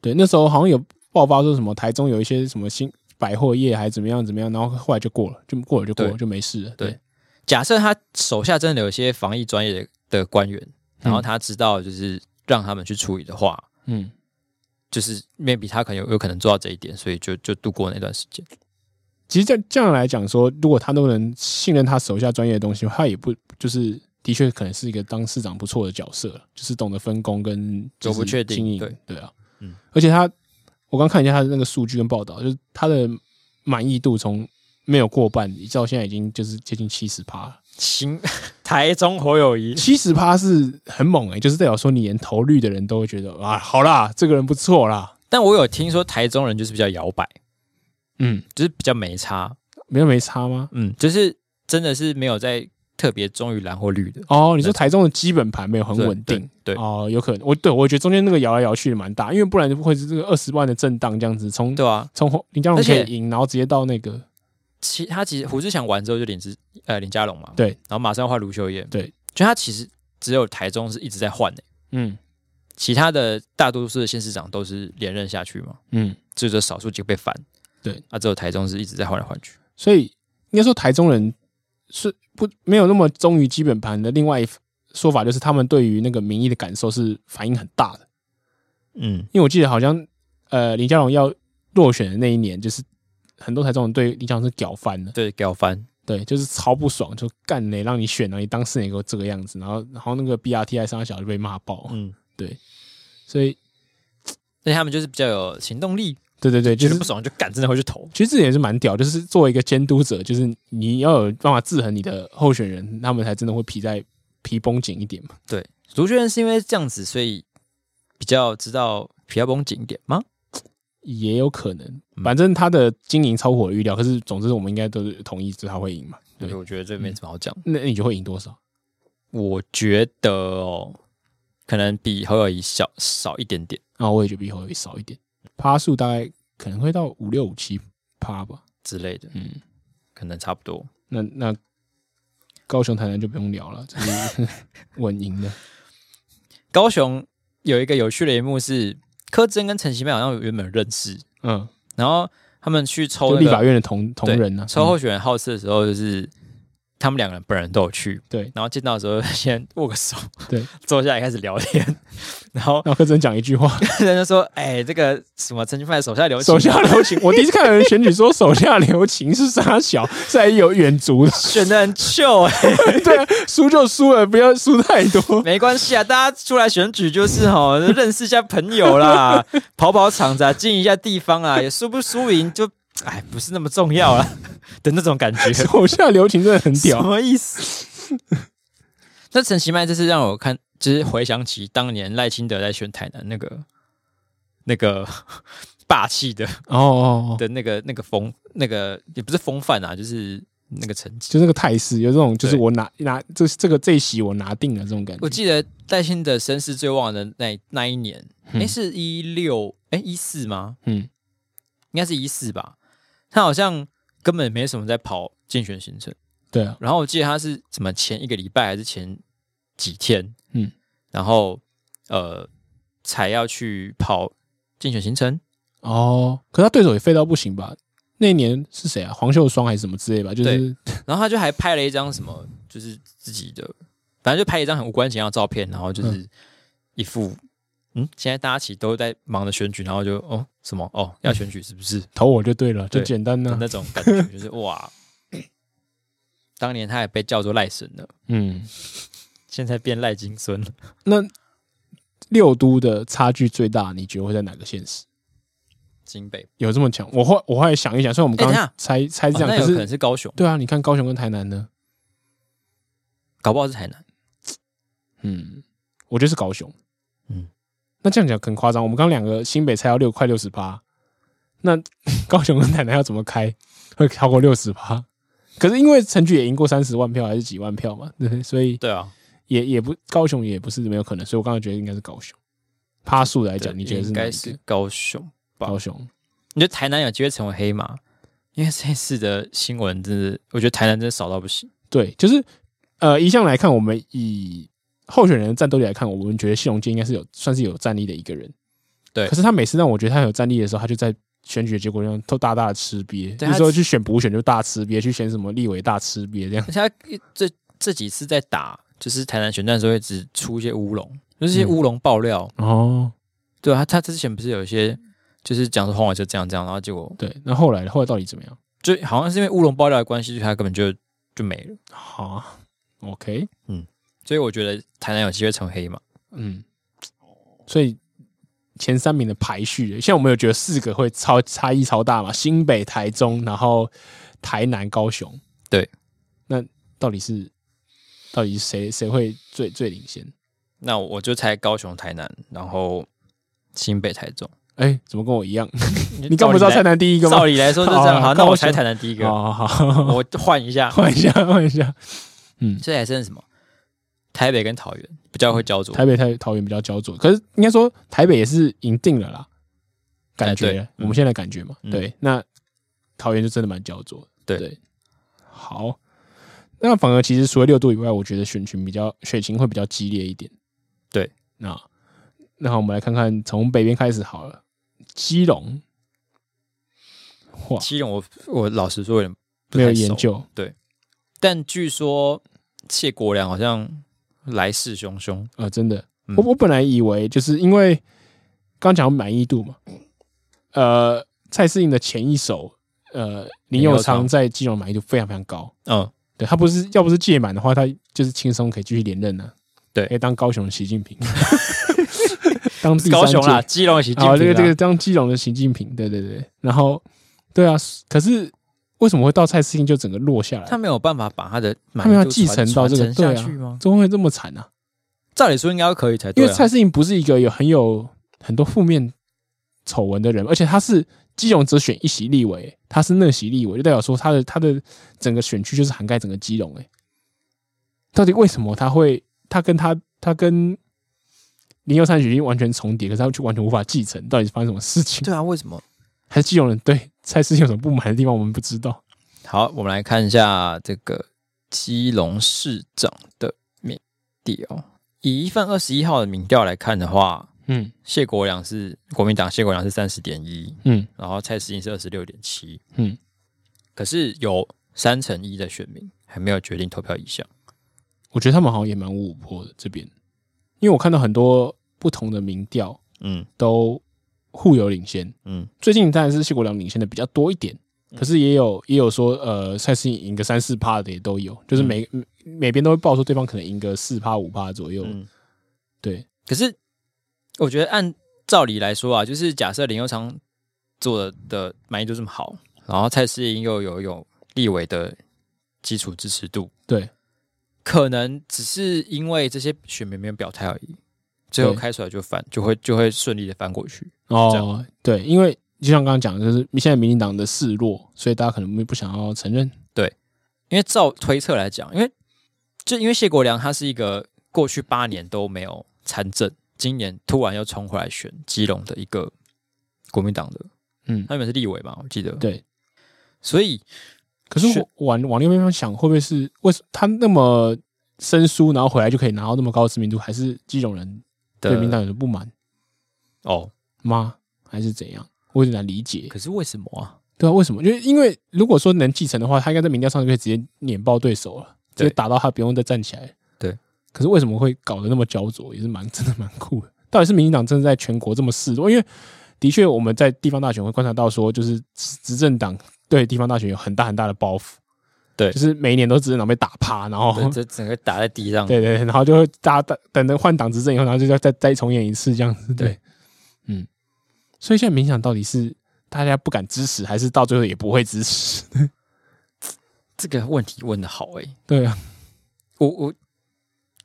对，那时候好像有爆发说什么台中有一些什么新百货业还怎么样怎么样，然后后来就过了，就过了就过了
对
就没事了，对，
对假设他手下真的有一些防疫专业的的官员，然后他知道就是让他们去处理的话，
嗯，
就是 maybe 他可能有有可能做到这一点，所以就就度过那段时间。
其实这这样来讲说，如果他都能信任他手下专业的东西，他也不就是的确可能是一个当市长不错的角色，就是懂得分工跟就
我
是
不确定
经营
对
对啊，
嗯，
而且他我刚看一下他的那个数据跟报道，就是他的满意度从没有过半，到现在已经就是接近七十趴，
新台中侯友谊，
七十趴是很猛诶、欸就是代表说你连投绿的人都会觉得啊，好啦，这个人不错啦，
但我有听说台中人就是比较摇摆，
嗯，
就是比较没差，
没有没差吗？
嗯，就是真的是没有在特别忠于蓝或绿的，
哦，你说台中的基本盘没有很稳定，
对，对对
哦，有可能，我对我觉得中间那个摇来摇去的蛮大，因为不然会是这个二十万的震荡这样子，从
对啊，
从林佳龙
而
可
且
以赢，然后直接到那个
其他其实胡志强完之后就林志呃林佳龙嘛，
对，
然后马上换卢秀燕，
对，
就他其实只有台中是一直在换的、
嗯
其他的大多数的县市长都是连任下去嘛，
嗯，
只有少数几个被反，
对，
啊，只有台中是一直在换来换去，
所以应该说台中人是不没有那么忠于基本盘的。另外一说法就是他们对于那个民意的感受是反应很大的，
嗯，
因为我记得好像呃林佳龙要落选的那一年，就是很多台中人对林佳龙是屌翻了。
对，搞翻。
对，就是超不爽，就干嘞，让你选啊了，你当四年给我这个样子，然后然后那个 BRT 还上小就被骂爆，
嗯，
所以
那他们就是比较有行动力，
对对对，
觉
就
得
是
不爽就敢真的会去投。
其实这也是蛮屌，就是作为一个监督者，就是你要有办法制衡你的候选人，他们才真的会皮在皮绷紧一点嘛。
对，卢学仁是因为这样子，所以比较知道比较绷紧一点吗？
也有可能，反正他的经营超乎我的预料，可是总之我们应该都是同意，就是他会赢嘛。对
对，我觉得这没什么好讲。
那你就会赢多少？
我觉得哦，可能比侯友谊小少一点点
然后我也觉得比后会少一点，趴数大概可能会到五六五七趴吧。
之类的，
嗯，
可能差不多。
那那高雄、台南就不用聊了，这是 稳赢的。
高雄有一个有趣的一幕是，柯震跟陈其迈好像原本有认识，
嗯
然后他们去抽
就
那个
立法院的同同
对
仁呢、啊，
抽候选人好事的时候，就是他们两个人本人都有去，
对，
然后见到的时候先握个手，
对，
坐下来开始聊天， 然后
那我柯只能讲一句话：
人家说，哎，这个什么陈金范手下留情
手，下留 情。我第一次看有人选举说手下留情是杀小， 是还有远足的，
选的很秀，哎，
对，输就输了，不要输太 多。
没关系啊，大家出来选举就是哦，认识一下朋友 啦，跑跑场子啊，经营一下地方啊，也输不输赢就，哎，不是那么重要啦的那种感觉，
手下留情真的很
什
屌，
么意思？那陈其迈这次让我看，就是回想起当年赖清德在选台南那个那个 霸气的
哦哦哦，
的那个那个风，那个也不是风范啊，就是那个成绩。
就那个态势，有这种就是
对
我拿拿这这个这一席我拿定了这种感觉
我。记得赖清德声势最旺的那那一年，哎、
嗯
是一六哎一四吗？
嗯，
应该是一四吧。他好像根本没什么在跑竞选行程。
对啊，
然后我记得他是什么前一个礼拜还是前几天，
嗯，
然后呃才要去跑竞选行程，
哦，可他对手也废到不行吧？那一年是谁啊？黄秀霜还是什么之类吧？就是
然后他就还拍了一张什么，就是自己的，反正就拍一张很无关紧要的照片，然后
嗯
就是一副嗯现在大家其实都在忙着选举，然后就哦什么哦要选举是不是、
投我就对了，就
对
简单呢、
的那种感觉，就是哇，当年他也被叫做赖神了，
嗯，
现在变赖金孙了。
那六都的差距最大，你觉得会在哪个县市？
金北，
有这么强？我后我后来想一想，虽然我们
哎
刚
等一
刚
下
猜猜
哦
这样，
那
可
有可能
是
是高雄，
对啊，你看高雄跟台南呢？
搞不好是台南。
嗯，我觉得是高雄。
嗯，
那这样讲很夸张。我们刚刚两个新北猜到六快六十八，那 高雄跟台南要怎么开会超过六十八？可是因为陈菊也赢过三十万票还是几万票嘛，对不对，所以
对啊，
也也不高雄也不是没有可能，所以我刚刚觉得应该是高雄。趴数来
对
讲，你觉得是
应
哪一
该
个
是高雄？吧
高雄？
你觉得台南有机会成为黑马？因为这次的新闻真是，我觉得台南真的少到不行。
对，就是呃，一向来看，我们以候选人的战斗力来看，我们觉得谢龙介应该是有算是有战力的一个人。
对
可是他每次让我觉得他很有战力的时候，他就在选举的结果上都大大的吃瘪，
对
有
他
时候去选补选就大吃瘪，去选什么立委大吃瘪这样。
而且他这这几次在打，就是台南选战的时候，一直出一些乌龙，就是一些
嗯
乌龙爆料。
哦，
对啊，他他之前不是有一些，就是讲说黄伟哲这样这样，然后结果
对，那后来后来到底怎么样？
就好像是因为乌龙爆料的关系，他根本就就没了。
好、啊、，OK，
所以我觉得台南有机会成为黑马。
嗯，所以前三名的排序，现在我们有觉得四个会超差异超大嘛？新北、台中，然后台南、高雄，
对，
那到底是到底是谁谁会最最领先？
那我就猜高雄、台南，然后新北、台中。
哎、怎么跟我一样？你刚不知道台
南
南第一个吗
照？理来说是这样，
好
好，
啊
那
高
我
雄
猜台南第一个。
好好 好，
我换一下，
换一下，换一下。
所以还剩什么？台北跟桃园比较会焦灼。
台北、台桃园比较焦灼，可是应该说台北也是赢定了啦，感
哎
觉、
对
我们现在的感觉嘛，
嗯
对，那桃园就真的蛮焦灼，
对
好，那反而其实除了六度以外，我觉得选群比较选情会比较激烈一点，
对，
那那我们来看看从北边开始好了，基隆，哇，
基隆我我老实说有点不
没有
太熟
研，究，
但据说谢国良好像来势汹汹，
呃，真的，
嗯
我我本来以为就是因为刚讲满意度嘛，呃，蔡适应的前一手，呃，林
佑
佑
昌
昌在基隆满意度非常非常高，
嗯，
对他不是要不是届满的话，他就是轻松可以继续连任了、
对
可以当高雄的习近 平，当第三
高雄啦，
届，
基隆已经
啊，这个这个当基隆的习近平，对对对，然后对啊，可是为什么会到蔡适应就整个落下来？
他没有办法把他的
他
他
们要继承到这个，对
下
啊
去吗，？
怎么会这么惨啊？
照理说应该可以才
因
对
为蔡
啊，
世颖不是一个有很有很多负面丑闻的人，而且他是基隆只选一席立委，他是那席立委，就代表说他的他的整个选区就是涵盖整个基隆。哎，到底为什么他会他跟他他跟林佑昌已经完全重叠，可是他却完全无法继承，到底是发生什么事情？
对啊，为什么？
还是基隆人对蔡世颖有什么不满的地方，我们不知道。
好，我们来看一下这个基隆市长的民调。以一份二十一号的民调来看的话，
嗯
谢国良是国民党，谢国良是三十点一，
嗯
然后蔡诗芸是二十六点七，
嗯，
可是有三成一的选民还没有决定投票意向。
我觉得他们好像也蛮五五波的这边，因为我看到很多不同的民调
嗯
都互有领先，
嗯
最近当然是谢国良领先的比较多一点，可是也有也有说呃蔡诗颖赢个三四趴的也都有，
嗯
就是每、每边都会报说对方可能赢个四趴五趴左右，
嗯，
对，
可是我觉得按照理来说啊，就是假设林佑昌做的的满意度这么好，然后蔡诗芸又有有立委的基础支持度，
对，
可能只是因为这些选民没有表态而已，最后
对
开出来就翻，就会就会顺利的翻过去。这
哦，对，因为就像刚刚讲的，就是现在民进党的示弱，所以大家可能不想要承认，
因为照推测来讲，因为就因为谢国良他是一个过去八年都没有参政，今年突然又冲回来选基隆的一个国民党的，
嗯
他，原本是立委嘛，我记得，
对。
所以
可是
是
我往往另外一方想，会不会是为什他那么生疏，然后回来就可以拿到那么高的知名度，还是基隆人
的
对民进党有不满
哦，
吗？还是怎样？我有点难理解。
可是为什么啊？
对啊，为什么？就是因为如果说能继承的话，他应该在民调上就可以直接碾爆对手了，直
对
接打到他不用再站起来。
对。
可是为什么会搞得那么焦灼，也是蛮真的蛮酷的。到底是民进党真的在全国这么示弱？因为的确我们在地方大选会观察到说，就是执执政党对地方大选有很大很大的包袱。
对
就是每一年都执政党被打趴，然后
这这整个打在地上，
哦对对，对然后就会大家等等换党执政以后，然后就再再再重演一次这样子。对
对，
嗯，所以现在民进党到底是大家不敢支持，还是到最后也不会支持？
这个问题问的好诶、
对啊，
我我，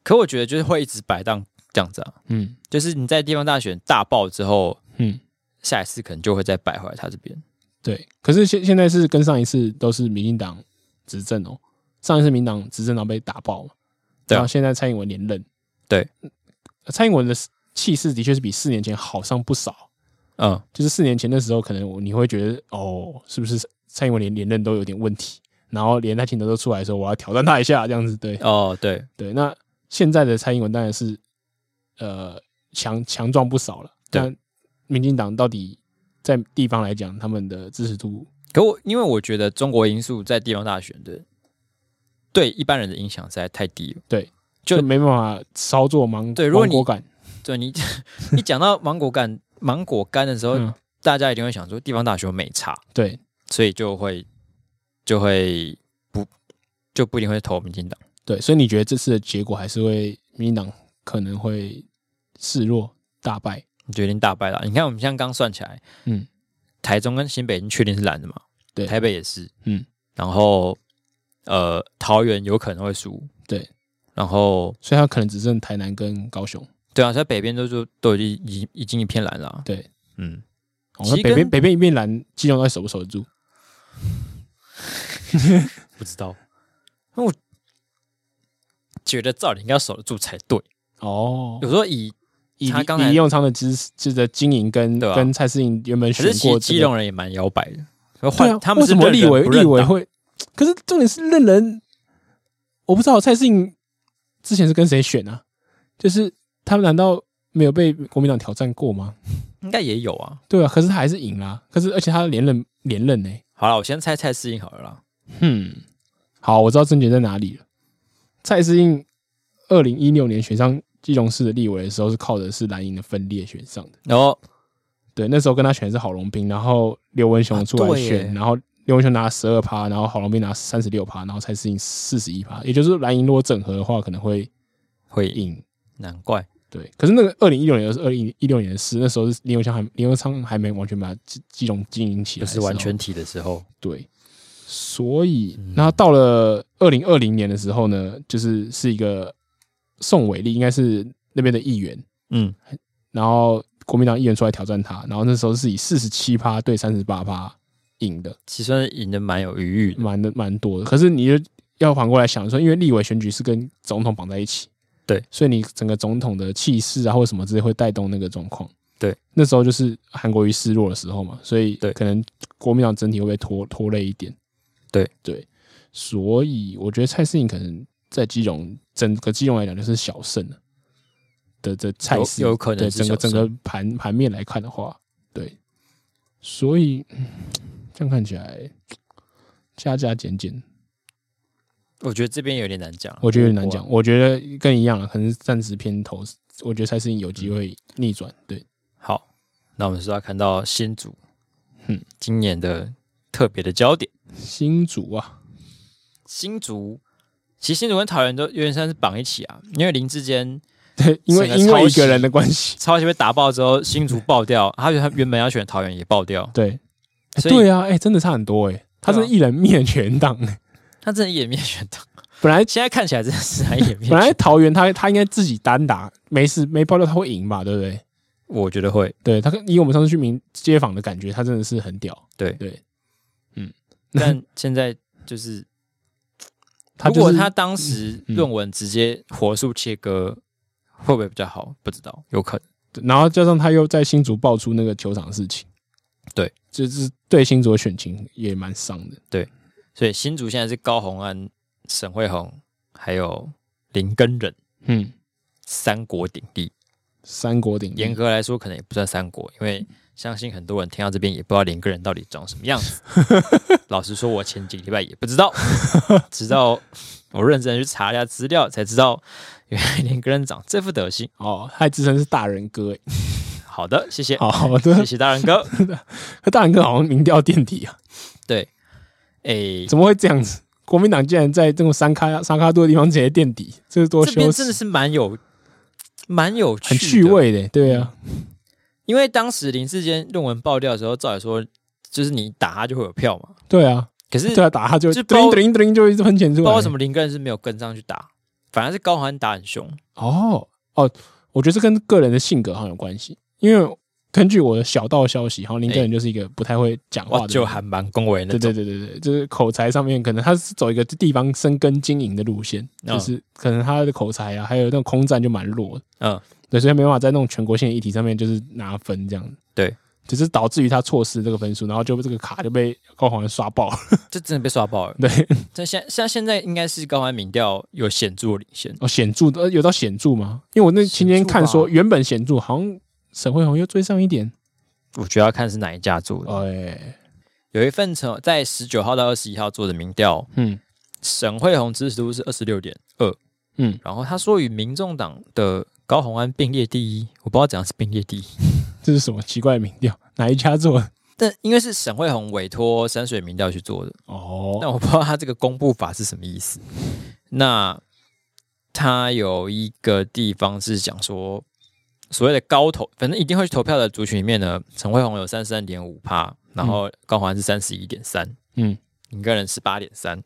可我觉得就是会一直摆荡这样子啊，
嗯
就是你在地方大选大爆之后，
嗯，
下一次可能就会再摆回来他这边，
对。可是现现在是跟上一次都是民进党执政哦，上一次民进党执政然后被打爆嘛，
对啊
然后现在蔡英文连任，
对
嗯，蔡英文的气势的确是比四年前好上不少。
嗯，
就是四年前的时候，可能我你会觉得哦，是不是蔡英文连连任都有点问题，然后连赖清德都出来的时候，我要挑战他一下，这样子，对
哦，对
对。那现在的蔡英文当然是呃强强壮不少了，
对
但民进党到底在地方来讲，他们的支持度，
可我因为我觉得中国因素在地方大选的对一般人的影响实在太低了。
对，
就
就没办法操作芒
对如果
芒
你
果感，
对你， 你讲到芒果干芒果干的时候，
嗯，
大家一定会想说地方大学没差，
对
所以就会就会不就不一定会投民进党。
对，所以你觉得这次的结果还是会民进党可能会示弱大败，
你决定大败了。你看我们现在刚算起来，
嗯，
台中跟新北已经确定是蓝的嘛，
对
台北也是，
嗯，
然后呃桃园有可能会输，
对，
然后
所以他可能只剩台南跟高雄。
对啊，在北边都就都已经已已经一片蓝了啊、
对
嗯，
哦、
其实
那北
跟
边北边一面蓝，基隆到底守不守得住？
不知道，那我觉得照理应该要守得住才对。
哦，
有时候以
以
他刚才
以用昌的支持的经营跟、
对啊
跟蔡诗颖原本
可
选
是其
过、
实
这
基
个，
隆人也蛮摇摆的，
对
换、
啊，
他们
为
是
什么
认
立
人
委
不认
立委
党
会？可是重点是任人，我不知道蔡诗颖之前是跟谁选啊？就是他们难道没有被国民党挑战过吗？
应该也有啊。
对啊，可是他还是赢啦、可是而且他连任连任呢、
好了，我先猜蔡诗颖好了啦。
嗯，好，我知道症结在哪里了。蔡诗应二零一六年选上基隆市的立委的时候，是靠的是蓝营的分裂选上的。
然后
对，那时候跟他选的是郝龙斌，然后刘文雄出
啊
来
对耶
选，然后刘文雄拿十二趴，然后郝龙斌拿三十六趴，然后蔡诗应四十一趴。也就是说蓝营如果整合的话，可能会
会赢，
赢。
难怪
对，可是那个二零一六年是二零一六年的事，那时候是林文昌还林文昌还没完全把基基隆经营起
就
来的时
是
候，
完全体的时候，
对，所以然后到了二零二零年的时候呢，就是是一个宋伟立，应该是那边的议员，
嗯，
然后国民党议员出来挑战他，然后那时候是以四十七趴对三十八趴赢的，
其实算是赢的蛮有余裕的。
蛮的蛮多的。可是你就要反过来想说，因为立委选举是跟总统绑在一起，
对，
所以你整个总统的气势啊或什么之类会带动那个状况。
对，
那时候就是韩国瑜示弱的时候嘛，所以
对
可能国民党整体会被拖拖累一点。
对
对，所以我觉得蔡适应可能在基隆整个基隆来讲就是小胜了，的的菜式，
有有可能
对
是
整个
小
整
胜
个盘盘面来看的话，对，所以嗯这样看起来加加减减，
我觉得这边有点难讲，
我觉得有点难讲。。我觉得跟一样啊了，可能是暂时偏头，我觉得蔡适应有
嗯
机会逆转。对，
好，那我们是要看到新组，
嗯
嗯，今年的特别的焦点，
新竹啊，
新竹。其实新竹跟桃园都有点像是绑一起啊，因为林志坚
对，因为
整个
因为
抄
一个
袭
人的关系，
超级被打爆之后，新竹爆掉，他原他原本要选桃园也爆掉，
对，欸
所以
对啊，哎、真的差很多哎、他
对啊
是一人灭全党、欸，
他真的一眼面选到，
本来
现在看起来真的是他一眼面
本来
选。
桃园他他应该自己单打，没事没爆料他会赢吧，对不对？
我觉得会，
对他跟以我们上次去民街访的感觉，他真的是很屌。
对
对，
但现在就是，
他
如
就
果
是
他当时
嗯
论文直接火速切割，会不会比较好？不知道，有可能。
然后加上他又在新竹爆出那个球场的事情，
对，
就是对新竹的选情也蛮伤的。
所以新竹现在是高红安、沈惠宏还有林根仁
嗯，
三国鼎立。
三国鼎立
严格来说，可能也不算三国，因为相信很多人听到这边也不知道林根仁到底长什么样子。 老实说，我前几个礼拜也不知道，直到我认真地去查一下资料，才知道原来林根仁长这副德行。
哦，他还自称是大人哥、欸，
好的，谢谢，
好
谢
的，
谢大人哥。
他大人哥好像民调垫底啊，
对，哎诶、
怎么会这样子？国民党竟然在这种三咖三咖多的地方直接垫底，这是多
这边
羞
真的！
耻
是蛮有蛮有趣
很
的
趣味的，对啊，
因为当时林志坚论文爆掉的时候，照理说就是你打他就会有票嘛，
对啊，
可是
对啊，啊打他就
嗯就
叮
包
叮叮就一直喷钱出
不
来，
知道为什么林根仁是没有跟上去打，反而是高环打很凶。
哦哦，我觉得这跟个人的性格好像有关系，因为根据我的小道消息，好像林个人就是一个不太会讲话
哇，
的，
哦就还。蛮恭维那
对
种。
对对对对，就是口才上面可能他是走一个地方生根经营的路线，
嗯
就是可能他的口才啊，还有那种空战就蛮弱的，
嗯，
对，所以他没办法在那种全国性的议题上面就是拿分这样子，
对，
只是导致于他错失这个分数，然后就这个卡就被高黄刷爆了，
就真的被刷爆了。
对，
但现像现在应该是高安民调有显著领先，
哦，显著的呃有到显著吗？因为我那前天看
显著
说，
吧
原本显著好像沈惠宏又追上一点，
我觉得要看是哪一家做的。
哎、
有一份从在十九号到二十一号做的民调，
嗯
沈惠宏支持度是二十六点二，
嗯，
然后他说与民众党的高虹安并列第一，我不知道怎样是并列第一，
这是什么奇怪的民调？哪一家做的？
但因为是沈惠宏委托山水民调去做的，
哦，
但我不知道他这个公布法是什么意思。 那他有一个地方是讲说，所谓的高投，反正一定会去投票的族群里面呢，陈慧红有三十三点五趴，然后高环是三十一点三，
嗯，
林个人十八点三，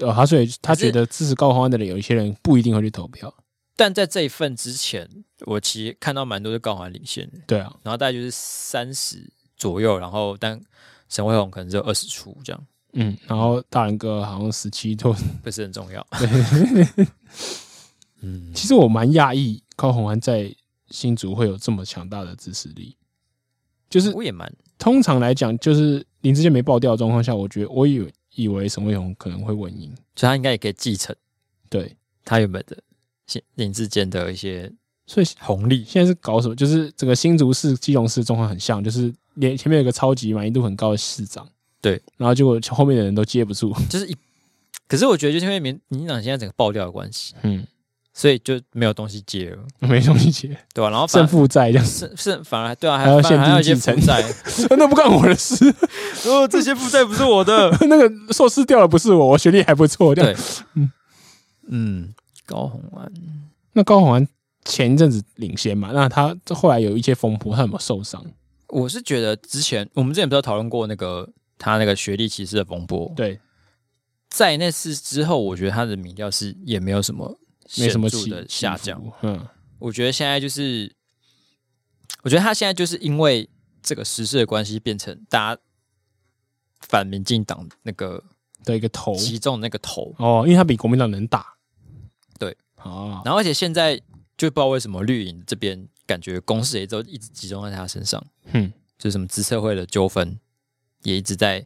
哦，他所以他
可是
觉得支持高虹安的人，有一些人不一定会去投票。
但在这一份之前，我其实看到蛮多是高环领先的，
对啊，
然后大概就是三十左右，然后但陈慧红可能只有二十出这样，
嗯，然后大人哥好像十七多。
不是很重要。嗯，
其实我蛮讶异高虹安在新竹会有这么强大的支持力，就是
我也蛮
通常来讲，就是林志坚没爆掉的状况下，我觉得我以为以为沈惠宏可能会稳赢，
所以他应该也可以继承
对，
他原本的现林志坚的一些
所以
红利，
现在是搞什么？就是整个新竹市、基隆市状况很像，就是连前面有个超级满意度很高的市长，
对，
然后结果后面的人都接不住，
就是一。可是我觉得，就是因为民民进党现在整个爆掉的关系，
嗯，
所以就没有东西接了，
没东西接，
对吧、然后反
正负债这样，
是是反而对啊，还
还要
反而还有一些负
现金继承
债，
那不干我的事，
哦，这些负债不是我的，
那个硕士掉了不是我，我学历还不错，这样。
对，嗯，高红安
那高虹安前一阵子领先嘛，那他后来有一些风波，他有没有受伤？
我是觉得之前我们之前不是有讨论过那个他那个学历歧视的风波，
对，
在那次之后，我觉得他的民调是也没有什么
没
显
什么
著
起
的下降，，
起伏嗯，
我觉得现在就是，我觉得他现在就是因为这个时事的关系，变成大家反民进党那个
的一个头
击中那个头，
哦，因为他比国民党人打，
对，
啊，
然后而且现在就不知道为什么绿营这边感觉攻势也都一直集中在他身上，
嗯，
就是什么资策会的纠纷也一直在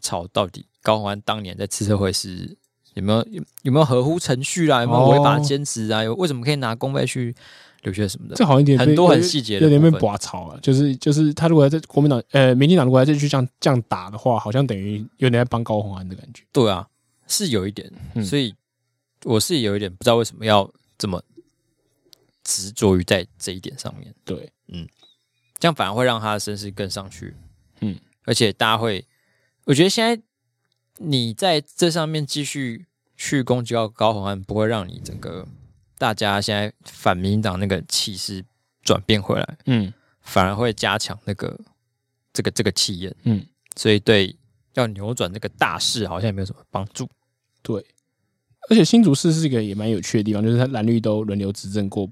吵，到底高虹安当年在资策会是有没有有有没有合乎程序啊？有没有违法兼职啊？有为什么可以拿公费去留学什么的？
这好像有点被
很多很细节的
有点被
部分
拔草了。就是就是，他如果在国民党呃民进党如果在继续这样这样打的话，好像等于有点在帮高鸿安的感觉。
对啊，是有一点，
嗯
所以我是有一点不知道为什么要这么执着于在这一点上面，
对，
这样反而会让他的身世更上去。
嗯，
而且大家会，我觉得现在你在这上面继续去攻击到高虹安，不会让你整个大家现在反民进党那个气势转变回来，
嗯
反而会加强那个这个这个气焰。
嗯，
所以对要扭转这个大势，好像也没有什么帮助。
对。而且新竹市是一个也蛮有趣的地方，就是它蓝绿都轮流执政过，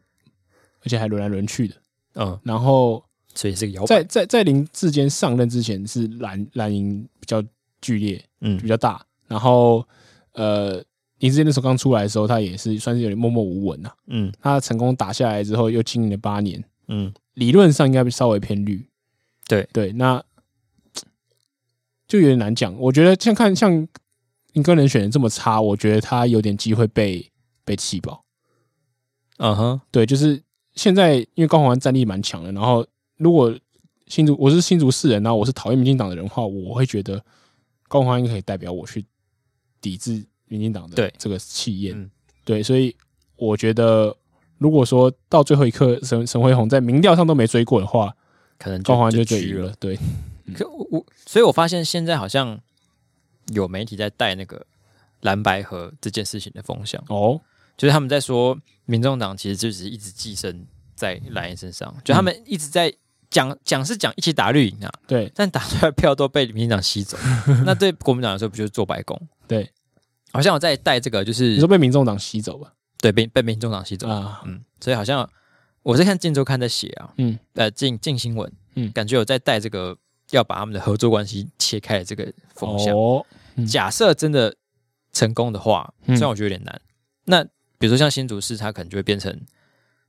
而且还轮来轮去的。
嗯，
然后
所以是个摇摆。
在在在林志坚上任之前是蓝蓝营比较剧烈，
嗯
比较大。然后呃，林志坚那时候刚出来的时候，他也是算是有点默默无闻呐、啊
嗯
他成功打下来之后，又经营了八年，
嗯，
理论上应该稍微偏绿。
对
对，那就有点难讲。我觉得像看像林根人选的这么差，我觉得他有点机会被被气爆。
嗯哼，
对，就是现在因为高虹安战力蛮强的，然后如果新竹我是新竹市人，然后我是讨厌民进党的人的话，我会觉得高虹安应该可以代表我去抵制民进党的
对
这个气焰。
嗯
对，所以我觉得如果说到最后一刻，沈沈辉宏在民调上都没追过的话，
可能就
高虹安就
就
最
狙
赢了。。对，
可我我，所以我发现现在好像有媒体在带那个蓝白河这件事情的风向，
哦，
就是他们在说，民众党其实就只是一直寄生在蓝营身上，
嗯
就他们一直在讲讲是讲一起打绿营啊，
对
但打出来的票都被民进党吸 走，那对国民党来说不就是做白工？
对，
好像我在带这个，就
你说
是
被民众党吸走吧？
对被被民众党吸走，
啊，
嗯，所以好像我是看《镜周刊》在写啊，
嗯，
呃，进进新闻，
嗯
感觉有在带这个要把他们的合作关系切开的这个风向。
哦，嗯
假设真的成功的话，
嗯
虽然我觉得有点难，那比如说像新竹市，它可能就会变成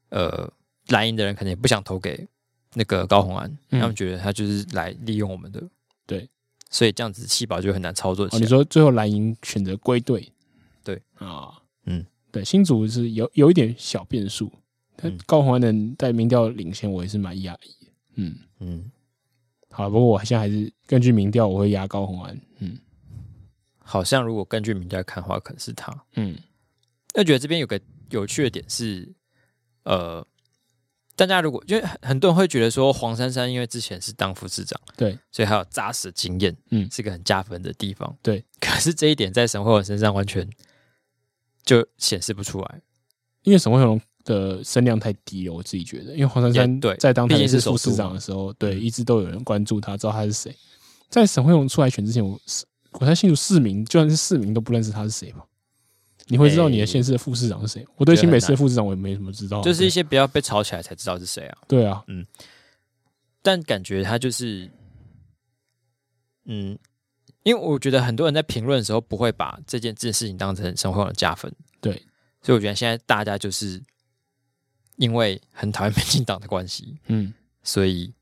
呃蓝营的人可能也不想投给那个高虹安，
嗯
他们觉得他就是来利用我们的，
对，
所以这样子弃保就很难操作起来。
哦，你说最后蓝营选择归队，
对
啊，
嗯，
对，新竹是有有一点小变数，但
嗯
高虹安能在民调领先，我也是蛮讶异的。嗯，
嗯，
好，不过我现在还是根据民调，我会压高虹安。嗯
好像如果根据民调看的话，可能是他。
嗯
那觉得这边有个有趣的点是，呃，大家如果因为很很多人会觉得说黄珊珊因为之前是当副市长，
对，
所以还有扎实的经验，
嗯
是个很加分的地方。
对，
可是这一点在沈慧文身上完全就显示不出来。
因为沈惠荣的声量太低了，我自己觉得，因为黄珊
也
珊
对
在当台
毕竟
北
是
市副
首都嗯
市长的时候，对，一直都有人关注他，知道他是谁。在沈惠荣出来选之前，我是我在新竹市民，就算是市民都不认识他是谁嘛。你会知道你的县市的副市长是谁？我对新北市的副市长我也没什么知道，
就是一些比较被炒起来才知道是谁啊，
对啊，
但感觉他就是，嗯，因为我觉得很多人在评论的时候不会把这件这件事情当成沈慧文的加分，
对，
所以我觉得现在大家就是因为很讨厌民进党的关系，
嗯，
所以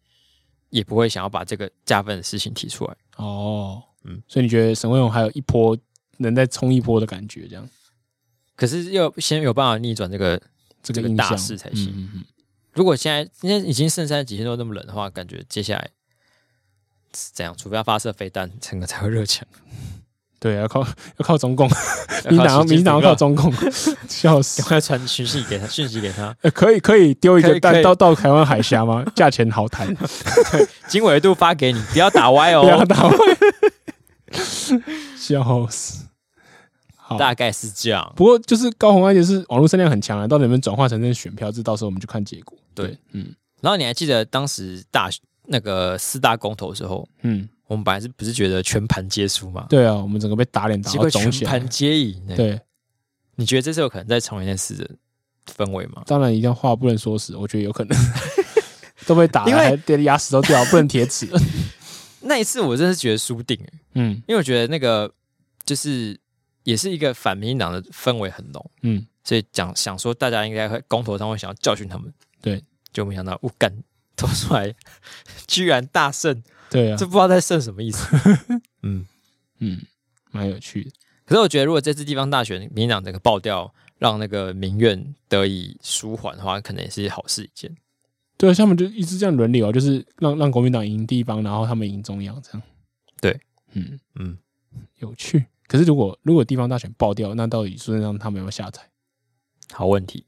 也不会想要把这个加分的事情提出来。
哦，嗯
嗯，
所以你觉得沈惠荣还有一波能再冲一波的感觉，这样
可是要先有办法逆转这个。
这
这
个
个
印象
大势才行
嗯嗯
如果现在今天已经剩三十几天都那么冷的话，感觉接下来是怎样？除非要发射飞弹，整个才会热起来。
对，要靠要靠中共， 民
要靠
党
习近
民党要
平
靠
吧
中共，, 笑死
赶。快传讯息给他，讯息给他。
呃，可以可以丢一
可
个
以
蛋
可以哦
到到台湾海 峡吗？价钱好谈，
经纬度发给你，不要打歪
不要
哦。
打我，笑死。好，
大概是这样。
不过就是高红安也是网络声量很强啊，到底能不能转化成这选票，这到时候我们就看结果。
对，
嗯
然后你还记得当时大那个四大公投的时候，
嗯，
我们本来是不是觉得全盘皆输嘛？
对啊，我们整个被打脸打
结
到
果
肿
全
起来
盘。皆赢、欸。
对，
你觉得这次有可能再重演那次的氛围吗？
当然一定要话不能说死，我觉得有可 能都被打了，
因为
还得牙齿都掉，不能铁齿。
那一次我真是觉得输定、欸，
嗯
因为我觉得那个就是也是一个反民进党的氛围很浓。
嗯，
所以讲想说大家应该会公投上会想要教训他们，
对，
就没想到我干投出来 居然大胜，
对啊
这，不知道在胜什么意思。嗯，
嗯，蛮有趣的。
可是我觉得，如果这次地方大选民进党整个爆掉，让那个民怨得以舒缓的话，可能也是好事一件。
对啊，像他们就一直这样轮流啊，就是让让国民党赢地方，然后他们赢中央，这样。
对，
嗯，
嗯，
有趣。可是如果如果地方大选爆掉，那到底苏贞昌他们要不要下台？
好问题，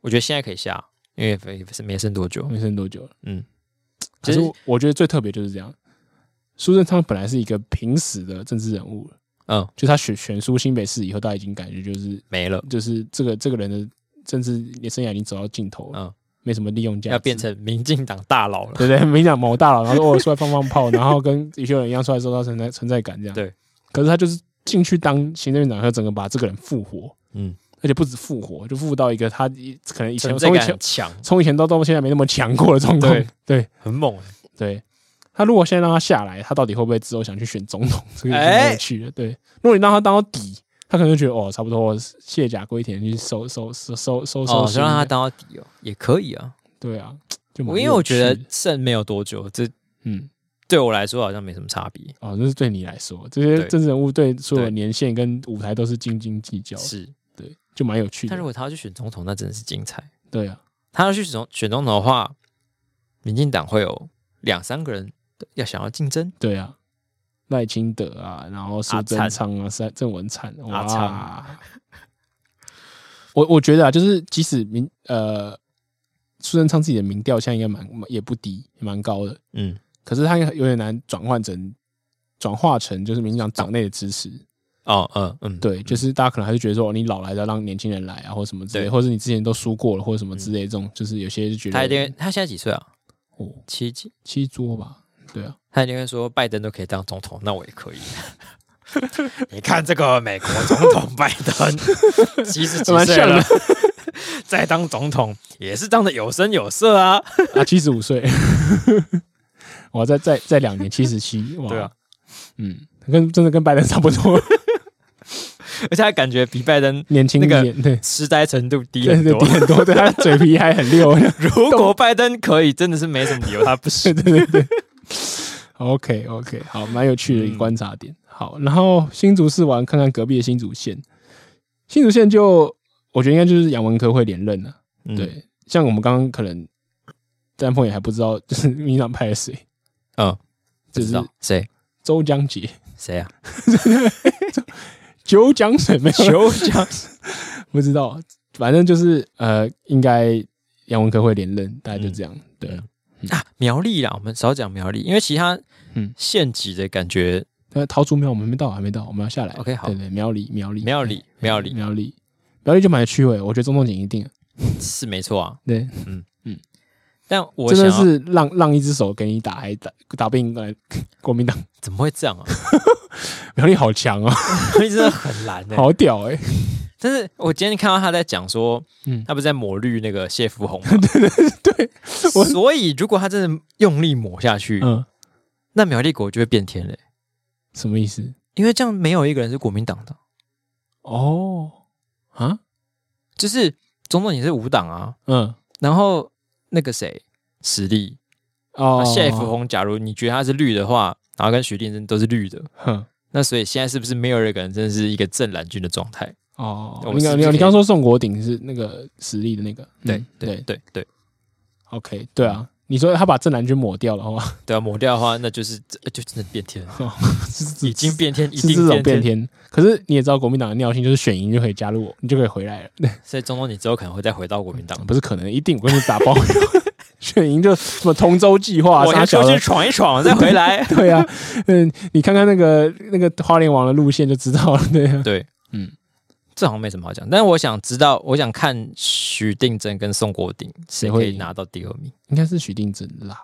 我觉得现在可以下，因为也不是没剩多久。
没剩多久了。
嗯，
其
其实
实我我觉得最特别就是这样，苏贞昌本来是一个平时的政治人物了，
嗯，
就他选选输新北市以后，大家已经感觉就是
没了，
就是这个这个人的政治生涯已经走到尽头了，
嗯，
没什么利用价值，
要变成民进党大佬了。
对对，明讲某大佬，然后偶尔出来放放炮，然后跟一些人一样出来收到存在存在感这样。
对，
可是他就是进去当行政院长，他整个把这个人复活，
嗯，
而且不止复活，就复活到一个他一可能以前
存在
从以
感
前
很强，哦
从以前到到现在没那么强过的状况。
对
对
很猛。
对，他如果现在让他下来，他到底会不会之后想去选总统？这个
哎
很有趣的。对，如果你让他当到底，他可能就觉得哦，差不多卸甲归田去收收收收收收
哦，
心
就
了。
让他当到底哦，也可以啊。
对啊，就蛮
我因为
有
我觉得
趣的
剩没有多久，这
嗯。
对我来说好像没什么差别。
哦，这是对你来说，这些
对
政治人物对所有
对
年限跟舞台都是斤斤计较的，
是，
对，就蛮有趣
但如
的。
果他要去选总统，那真的是精彩。
对啊，
他要去选总选总统的话，民进党会有两三个人要想要竞争，
对啊，赖清德啊，然后苏
阿
贞
灿
昌啊，郑郑文灿，
阿
哇
昌，
我我觉得啊，就是即使民呃苏贞昌自己的民调现在应该蛮也不低，也蛮高的，
嗯，
可是他有点难转换成转化成就是民进党党内的支持，
哦，嗯嗯，
对，就是大家可能还是觉得说，哦你老来的让年轻人来啊，或什么之类，
对嗯
或者你之前都输过了，或者什么之类，这种就是有些就觉得
他一定会他现在几岁啊？
哦
七几？
七桌吧，对啊，
他一定会说拜登都可以当总统，那我也可以。你 看这个美国总统拜登 七十几
蛮
岁
像的
了，再当总统也是当的有声有色啊。
啊七十五岁， 哇，再再再两年七十七，哇，
对啊，
嗯，跟真的跟拜登差不多，
而且他感觉比拜登
年轻一
那个
点，对。
痴呆程度低
对
很
对，
多
低。很多，对他嘴皮还很 溜，
如果拜登可以，真的是没什么理由他不
对
是。
对对对。OK OK，好，蛮有趣的一个
嗯
观察点。好，然后新竹市完，看看隔壁的新竹县。新竹县就我觉得应该就是杨文科会连任了、
嗯，
对，像我们刚刚可能丹凤也还不知道，就是民进党派了谁，
嗯，不
就
知
是
道谁
周江杰、
谁 啊？
九江水没有，
酋长
不知道，反正就是呃，应该杨文科会连任，大概就这样。
嗯
对啊，
啊，苗栗啦，我们少讲苗栗，因为其他
嗯
县级的感觉，
那桃竹苗我们没到，还没到，我们要下来。
OK，好
对对，苗栗，苗栗，
苗栗苗栗
苗栗，苗栗就蛮有趣味，我觉得中东锦一定了啊
是没错啊。
对，
但我
真
想
的
要
是让让一只手给你打，还打打不赢呃 国民党，
怎么会这样啊？
苗栗好强啊，
真的很欸难的、
好屌哎、
但是我今天看到他在讲说，
嗯
他不是在抹绿那个谢福 红吗？对对对，所以如果他真的用力抹下去，
嗯，
那苗栗国就会变天嘞、
什么意思？
因为这样没有一个人是国民党的，
哦，啊，
就是总统也是无党啊。
嗯，
然后那个谁，实力，啊
哦，
谢福宏，假如你觉得他是绿的话，然后跟徐定真都是绿的，
哼，
那所以现在是不是没有一个人真的是一个正蓝军的状态？
哦
我，们
你
是
刚
不
你
是可
刚
以
你刚说宋国鼎是那个实力的那个，嗯
对
对
对对
，OK，对啊，你说他把郑南军抹掉了，好吧，
对啊，抹掉的话，那就是呃就真的变天了，
是
已经变天，一
是
定
这种变
变。
天，可是你也知道国民党的尿性就是选赢就可以加入我，你就可以 回来了，
所以中东你之后可能会再回到国民党。
嗯不是可能一定，我跟你打包， 选赢就什么同舟计划，
我
啥
先
小
出
的。
去闯一闯， 再回来
对啊，嗯，你看看那个那个花莲王的路线就知道了，对啊，
对，
嗯
嗯，这好像没什么好讲。但是我想知道，我想看徐定真跟宋国鼎谁可
会赢
以拿到第二名。
应该是许定真啦。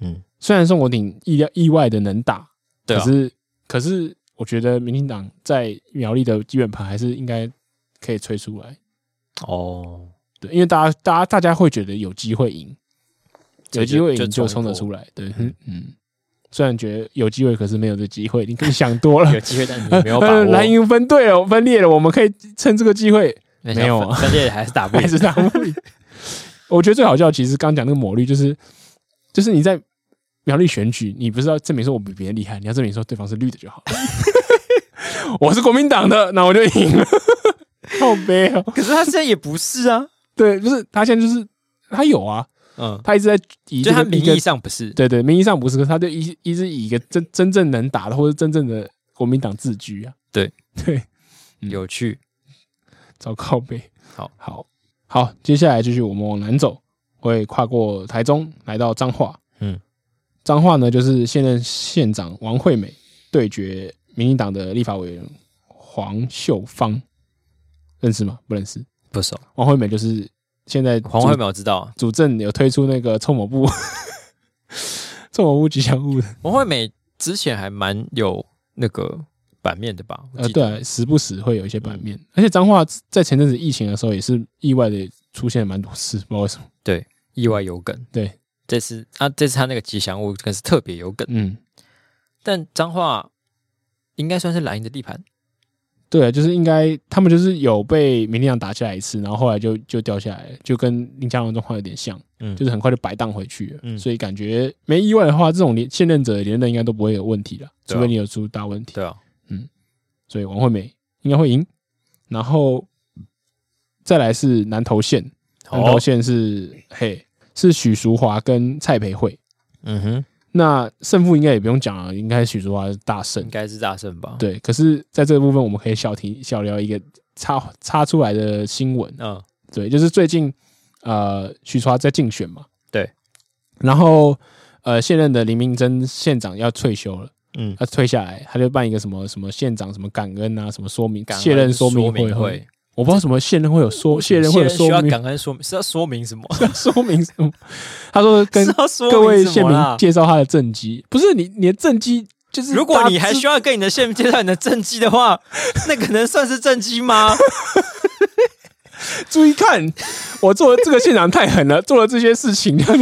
嗯，
虽然宋国鼎意料意外的能打，
对啊
可，是可是我觉得民进党在苗栗的基本盘还是应该可以吹出来，
哦，
对，因为大家大家大家会觉得有机会赢，
就
有机会赢
就
就
冲一
冲得
波
出来，对，嗯，虽然觉得有机会，可是没有这机会，你更想多了
有。机会，但你没有把握。
蓝营分队了，分裂了，我们可以趁这个机会
没
没有啊
分裂还是打不
还
赢。
是他们。我觉得最好笑，其实刚讲那个抹绿，就是就是你在苗栗选举，你不是要证明说我比别人厉害，你要证明说对方是绿的就好。 我是国民党的，那我就赢了，好悲哦。
可是他现在也不是啊，
对，就是他现在就是他有啊，
嗯，
他一直在以、这
就
个、
他名
一个
义上不是，
对对，名义上不是，可是他就一一直以一个真真正能打的或者真正的国民党自居啊。
对
对，
有趣，
找靠背。
好，
好，好，接下来继续我们往南走，会跨过台中，来到彰化。
嗯，
彰化呢，就是现任县长王惠美对决民进党的立法委员黄秀芳，认识吗？不认识。
不熟。
王惠美就是现在
黄惠美我知道啊，
主政有推出那个臭抹布， 臭抹布吉祥物的。
黄惠美之前还蛮有那个版面的吧？我
呃，
记
对
得
啊、时不时会有一些版面，而且彰化在前阵子疫情的时候也是意外的出现了蛮多次，不知道为什么。
意外有梗。
对，
这次啊，这次他那个吉祥物更是特别有梗。
嗯，
但彰化应该算是蓝营的地盘，
对啊，就是应该他们就是有被民进党打下来一次，然后后来就就掉下来了，就跟林佳龙的状况有点像，
嗯
就是很快就摆荡回去了。
嗯
所以感觉没意外的话，这种连现任者连任应该都不会有问题了，
对啊
除非你有出大问题。
对啊，
所以王惠美应该会赢。然后再来是南投县，南投
哦，
县是、嘿是许淑华跟蔡培慧。
嗯哼，
那胜负应该也不用讲了，应该许淑华是大胜
应。该是大胜吧？，
对，可是在这个部分，我们可以小提小聊一个插插出来的新闻。啊
嗯，
对，就是最近呃，许淑华在竞选嘛。
对。
然后呃，现任的林明珍县长要退休了，
嗯
他退下来，他就办一个什么什么县长什么感恩啊，什么说明
感恩
卸任说
明
明会会，，我不知道什么卸任会 有说卸任会有说
需要
明
感恩说明是要说明什么？
说明什么？他说 跟
是要说
各位
明什
县
么啊
民
啦？
介绍他的政绩，不是你你的政绩就是
如果你
大
还
致
需要跟你的县民介绍你的政绩的话， 那可能算是政绩吗？
注意看，我做的这个县长太狠了， 做了这些事情，
你这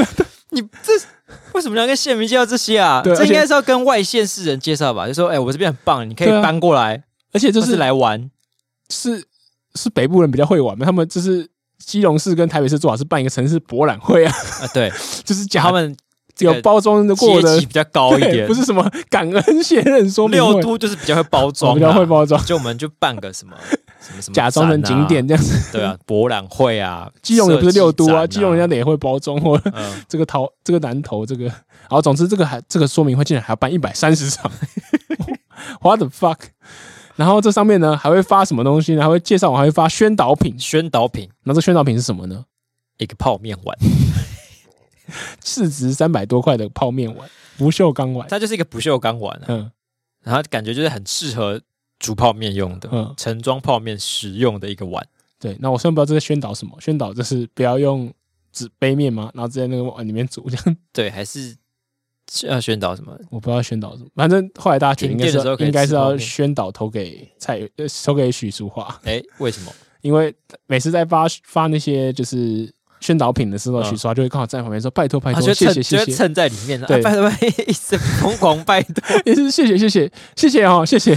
为什么要跟县民介绍这些啊？
对
这
而且
应该是要跟外县市人介绍吧？就说，哎、我这边很棒，你可以
对啊
搬过来，
而且就
或
是
是来玩。
是是北部人比较会玩嘛，他们就是基隆市跟台北市做好是办一个城市博览会啊，
啊，对，
就是
他
假
们
有包装的过
阶
的
级，比较高一
对
点，
不是什么感恩卸任说明
六
会，
都就是比较会包装、
我
啊，
比较会包装，
就我们就办个什么什么什么、
假装成景，点这样子。
对啊，博览会啊，
基隆也不是六都啊，
设计
基
展
隆人家也会包装或
嗯，
这个桃这个南投这个， 然后总之这个还这个说明会竟然还要办一百三十场 ，what the fuck？然后这上面呢还会发什么东西呢？还会介绍，还会发宣导品。
宣导品
那这宣导品是什么呢？
一个泡面碗，
市值三百多块的泡面碗，不锈钢碗。
它就是一个不锈钢碗、啊，
嗯
然后感觉就是很适合煮泡面用的，
嗯，
盛装泡面使用的一个碗。
对。那我虽然不知道这是宣导什么，宣导就是不要用纸杯面嘛，然后直接那个碗里面煮这样。
对，还是是要宣导什么？
我不知道宣导什么，反正后来大家觉得应该是
停电的时候
要
可以
应该是
吃泡
要
面
宣导投给蔡呃投给许淑华。
哎，为什么？
因为每次在发发那些就是宣导品的时候，
嗯
许淑华就会刚好站在旁边说：“拜托，拜
啊
托，
就
谢
趁
谢，谢
就
谢，
趁在里面啊，
对
拜托 拜托，一直疯狂拜托。
也是 谢谢，谢谢，谢谢哦，谢 谢。”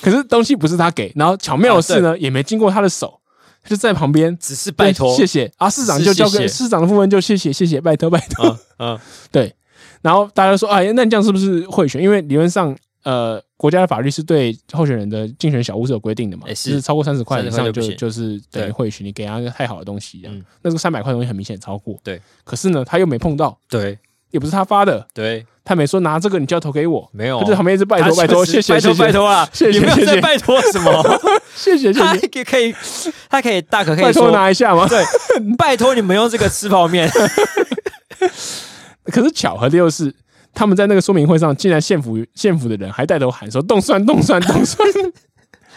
可是东西不是他给，然后巧妙的是呢，也没经过他的手，他就在旁边
只是啊拜托，
对谢谢啊，市长
是
就交
谢谢
给市长的部分就谢谢，谢谢，拜托，拜托。
嗯嗯，
对，然后大家就说：“哎，那你这样是不是贿选？因为理论上。”呃，国家的法律是对候选人的竞选小屋是有规定的嘛，
哎是
就是超过三十块以
30块
上
就
就
不行
就是等于
对
贿选，你给他太好的东西、啊，
嗯
那这个三百块的东西很明显超过，
对，
可是呢他又没碰到，
对
也不是他发的，
对，
他没说拿这个你就要投给我，
没有
他就在旁边一直拜
他
托
就是
拜托，谢谢
拜
谢
托拜
谢
托啊！
谢谢
你没有
谢
在
谢
拜托什 么？
谢谢谢
他
谢，
也可以，他可以大可可以
拜托
说，
拿一下吗？
对，拜托你们用这个吃泡面。
可是巧合的又是，他们在那个说明会上，竟然县府县府的人还带头喊说动算动算动算，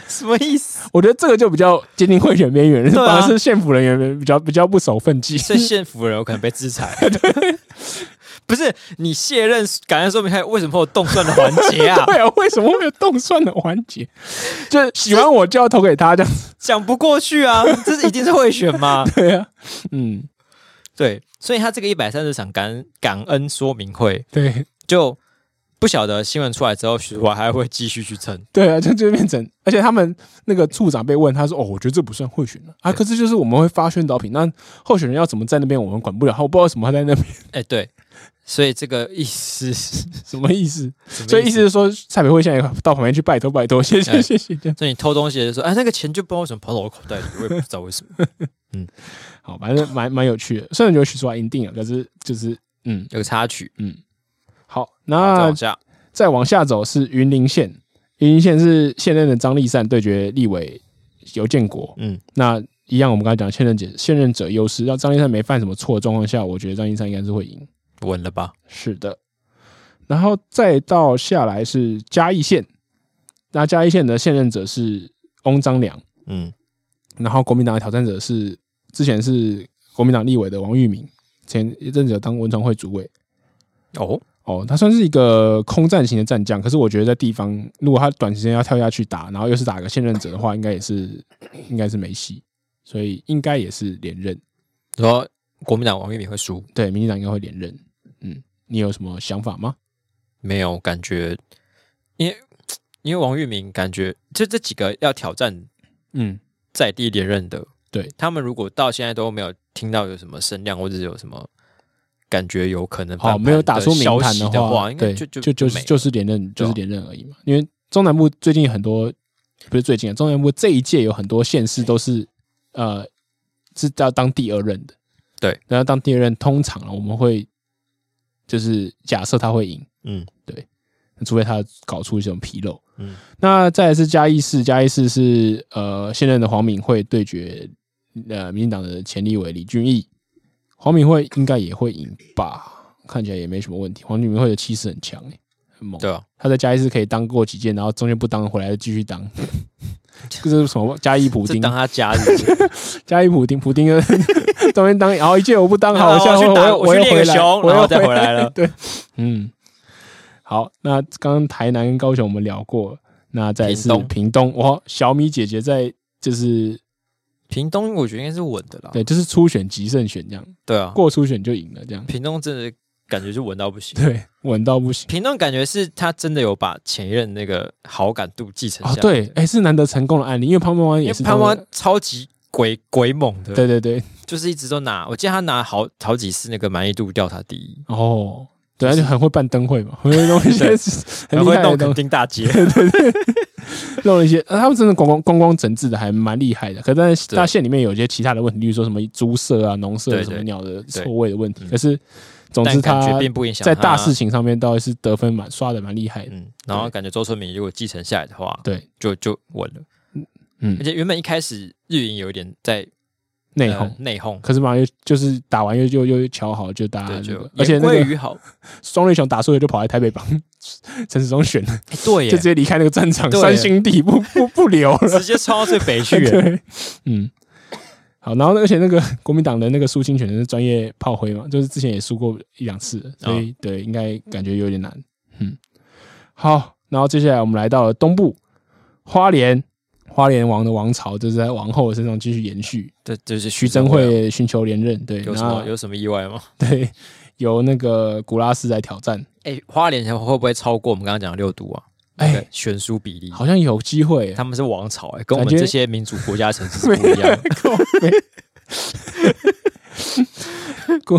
什么意思？
我觉得这个就比较接近贿选边 缘，
对啊
反而是县府人员比较比较不守分际，
所以县府的人有可能被制 裁。不是你卸任感恩说明会为什么会有动算的环节 啊？
对啊，为什么会有动算的环节？就是喜欢我就要投给他这样子，
讲不过去啊！这是一定是贿选 吗？
对啊，嗯，
对，所以他这个一百三十场感恩感恩说明会，
对
就不晓得新闻出来之后，徐华还会继续去蹭。
对啊，就就变成，而且他们那个处长被问，他说：“哦，我觉得这不算贿选了啊，可是就是我们会发宣导品，那候选人要怎么在那边，我们管不了，我不知道为什么他在那边。
哎、对，所以这个意思，
什么意 思？
什么
所以意思是说，蔡培慧现在到旁边去拜托拜托，谢谢
哎
谢谢。这样
所以你偷东西的就说，哎，那个钱就不知道为什么跑到我口袋里，我也不知道为什 么，
好，反正蛮蛮有趣的。虽然有许说一定啊，可是就是嗯
有个插曲。
嗯，好，哦
好再
那
往下，
再往下走是云林县，云林县是现任的张立善对决立委尤建国。
嗯，
那一样，我们刚才讲现任者现任者优势，让张立善没犯什么错的状况下，我觉得张立善应该是会赢。
稳了吧？
是的，然后再到下来是嘉义县，那嘉义县的现任者是翁章良，
嗯，
然后国民党的挑战者是之前是国民党立委的王玉明，前一阵子有当文传会主委。
哦，
哦，他算是一个空战型的战将，可是我觉得在地方，如果他短时间要跳下去打，然后又是打个现任者的话，应该也是应该是没戏，所以应该也是连任。
你说国民党王玉明会输？
对，民进党应该会连任。嗯，你有什么想法吗？
没有感觉，因为因为王玉明感觉就这几个要挑战
嗯，
在地连任的，
对
他们如果到现在都没有听到有什么声量，或者是有什么感觉有可能
好，
翻盘
没有打出名
消
堂
息的
话，
应该
对，
就
就就是
没了
就是连任，
对
就
啊
是连任而已嘛。因为中南部最近很多，不是最近啊，中南部这一届有很多县市都是呃是要当第二任的，
对，
然后当第二任通常啊我们会就是假设他会赢，
嗯
除非他搞出这种纰漏。
嗯
那再来是嘉义市，嘉义市是呃现任的黄敏惠对决呃民进党的前立委李俊义，黄敏惠应该也会赢吧？看起来也没什么问题。黄敏惠的气势很强、欸，很猛。
对啊，
他在嘉义市可以当过几届，然后中间不当回来又继续 当，这是什么？嘉义普
这
丁，
当他家 人，
嘉义普丁，普丁又 中间当，然后一届我不啊当，好，
然后
我下
啊我去打我
回我
去
又
练
回
个
来，
熊
我
然后
又
再回来
来
了
对，嗯，好，那刚刚台南跟高雄我们聊过了，那再来是
屏东
屏东，哇，小米姐姐在就是
屏东我觉得应该是稳的啦，
对，就是初选即胜选这样，
对啊，
过初选就赢了这 样，
屏东真的感觉是稳到不行。
对，稳到不行。
屏东感觉是他真的有把前一任那个好感度继承
哦，
下来，
对，哎，是难得成功的案例，因为潘潘湾
因
也
为
是
潘
他们
湾，超级鬼鬼猛的，
对对对，
就是一直都拿，我记得他拿好好几次那个满意度调查第一，
哦，对，他
就
就是很会办灯会嘛，很会弄一些很厉害的东西，
定大街，
弄了一些，呃他们真的观光观光整治的还蛮厉害的。可是但是
对
大县里面有一些其他的问题，例如说什么猪舍啊、农舍
对
啊
对
什么鸟的
对
错位的问题。
嗯
可是总之
但感觉
他
并不影响
在大事
市，
情上面倒是得分蛮刷的蛮厉害的。
嗯，然后感觉周春明如果继承下来的话，
对，
就就稳了。
嗯
而，且原本一开始日营有一点在
内
呃
讧。
内讧，
可是马上又就是打完又又又瞧好，就大家
对，
那
就
个，而且那
归
个
于好，
双瑞雄打输了就跑来台北帮 陈时中选了，
哎对
就
耶
直，接离开那个战场，
对
三星地不不不留了，
直接冲到最北去 耶，
对，嗯，好，然后而且那个国民党的那个苏清泉是专业炮灰嘛，就是之前也输过一两次了，所
啊
以、对，应该感觉有点难。嗯，好，然后接下来我们来到了东部花莲，花莲王的王朝就是在王后身上继续延续，
对，就是
徐
真
祯惠寻求连任，对，
有
然
什
后
么有什么意外吗？
对由那个古拉斯来挑战，
哎，花莲会不会超过我们刚刚讲的六都啊？
哎
对，悬殊比例，
好像有机会啊耶，
他们是王朝，哎，跟我们
感觉
这些民主国家城市是不一样的。
靠背。 古，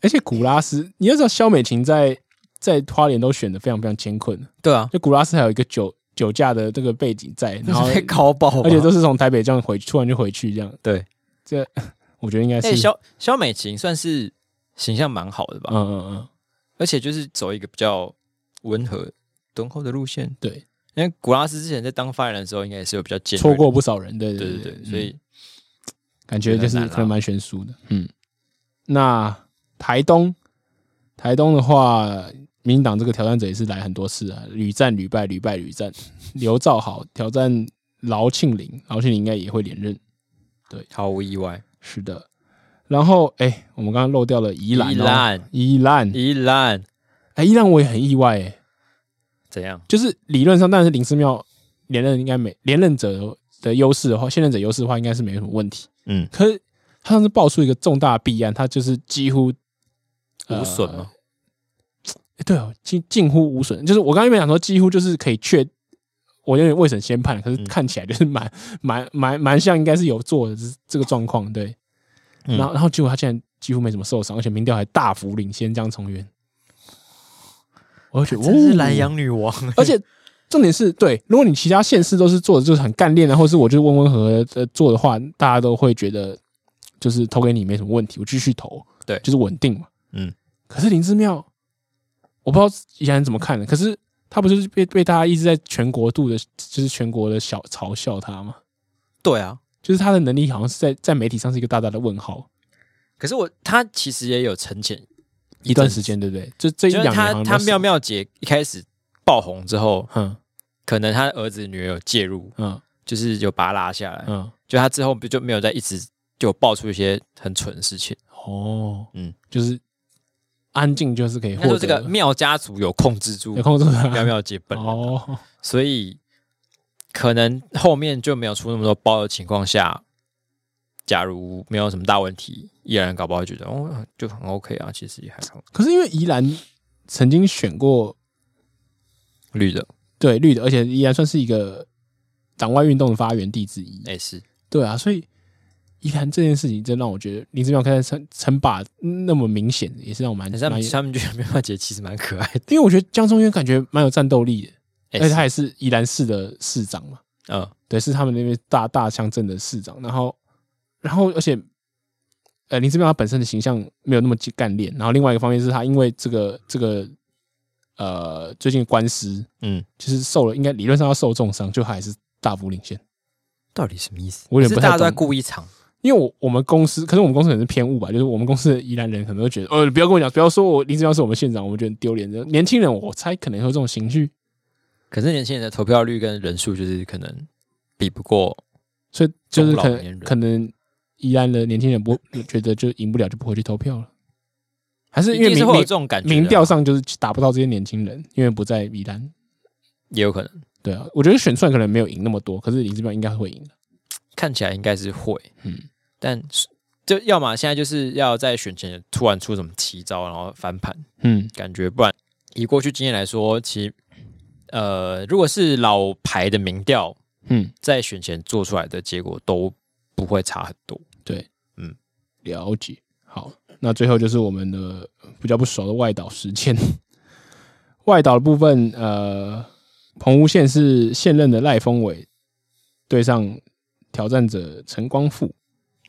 而且古拉斯，你要知道，肖美琴在在花莲都选的非常非常艰困，
对啊，
就古拉斯还有一个酒酒驾的这个背景在，然 后
被搞爆吧，
而且都是从台北这样回，突然就回去这样，
对。
这 我觉得应该是，
哎、肖肖美琴算是形象蛮好的吧，
嗯嗯嗯，
而且就是走一个比较温和敦厚的路线。
对，
因为古拉斯之前在当发言人的时候，应该也是有比较尖锐
错
的，
过不少人，对
对
对
对对，
嗯
所以
感觉就是
啊
可能蛮悬殊的，嗯。那台东，台东的话，民进党这个挑战者也是来很多次啊，屡战屡败，屡败屡战。 刘兆豪挑战劳庆林，劳庆林应该也会连任，
毫无意外。
是的。然后，哎、我们刚刚漏掉了宜兰、哦，
宜兰，
宜兰，
宜兰
哎、宜兰我也很意外、哎，
怎样？
就是理论上，但是林思妙连任应该没连任者的优势的话，现任者优势的话，应该是没什么问题。
嗯，
可是他上次爆出一个重大弊案，他就是几乎
无损
呃
吗？
诶对哦，近近乎无损。就是我刚刚原本想说，几乎就是可以确，我有点未审先判，可是
嗯
看起来就是蛮蛮蛮蛮像应该是有做的这这个状况，对。
嗯
然后然后结果他竟然几乎没什么受伤，而且民调还大幅领先江崇源。我就觉得
真是
哦
南洋女王，
而且重点是对，如果你其他县市都是做的就是很干练啊，或是我就是温温和和的做的话，大家都会觉得就是投给你没什么问题，我继续投，
对
就是稳定嘛，
嗯。
可是林志妙，我不知道以前人怎么看的，可是他不就是被被大家一直在全国度的，就是全国的小嘲笑他吗？
对啊，
就是他的能力好像是在在媒体上是一个大大的问号，
可是我他其实也有沉潜
一段时，间对不对？就这一
就是
两年好
他
像比较
他
少
妙，妙姐一开始爆红之后，
嗯
可能他儿子女儿有介入，
嗯
就是有把他拉下来，
嗯，
就他之后不就没有再一直就爆出一些很蠢的事情。
哦，
嗯
嗯，就是安静就是可以
他
获
说
得
这个妙家族有控制住
有控制他
妙妙姐本人，
哦，
所以可能后面就没有出那么多包的情况下，假如没有什么大问题，依然搞不好觉得哦就很 OK 啊，其实也还好，
可是因为宜兰曾经选过
绿的
对绿的，而且宜兰算是一个党外运动的发源地之一。
也、哎是，
对啊，所以宜兰这件事情真让我觉得林志妙开始称称霸那么明显，也是让我蛮
可是他
蛮
们
因
他们觉得妙妙姐其实蛮可爱 的，
为我觉得江中渊感觉蛮有战斗力的，
哎
而且他也是宜兰市的市长嘛，
嗯
对，是他们那边大大乡镇的市长。然后，然后而且。呃，林志妙他本身的形象没有那么干练，然后另外一个方面是他因为这个这个呃最近的官司，
嗯，
就是受了，应该理论上要受重伤，就还是大幅领先。
到底什么意思？
我有点
是
不太
大家都在
懂
故意藏，
因为我我们公司，可是我们公司可能是偏误吧，就是我们公司的宜兰人可能会觉得，呃，不要跟我讲，不要说我林志妙是我们县长，我们觉得很丢脸。年轻人，我猜可能会有这种情绪，
可是年轻人的投票率跟人数就是可能比不过，
所以就是可
中老年人
能可能宜兰的年轻人不 觉得就赢不了，就不会去投票了，还是
一
因为
定是
民
会有这
民
种感觉的啊，
民调上就是达不到这些年轻人，因为不在宜兰。
也有可能，
对啊，我觉得选出来可能没有赢那么多，可是林志妙应该会赢的。
看起来应该是会，
嗯，
但是就要么现在就是要在选前突然出什么奇招，然后翻盘，
嗯
感觉不然以过去经验来说，其实呃，如果是老牌的民调
嗯，
在选前做出来的结果都不会差很多。
对，
嗯
嗯，了解。好，那最后就是我们的呃比较不熟的外岛时间。 外岛的部分，呃，澎湖县是现任的赖峰伟对上挑战者陈光复，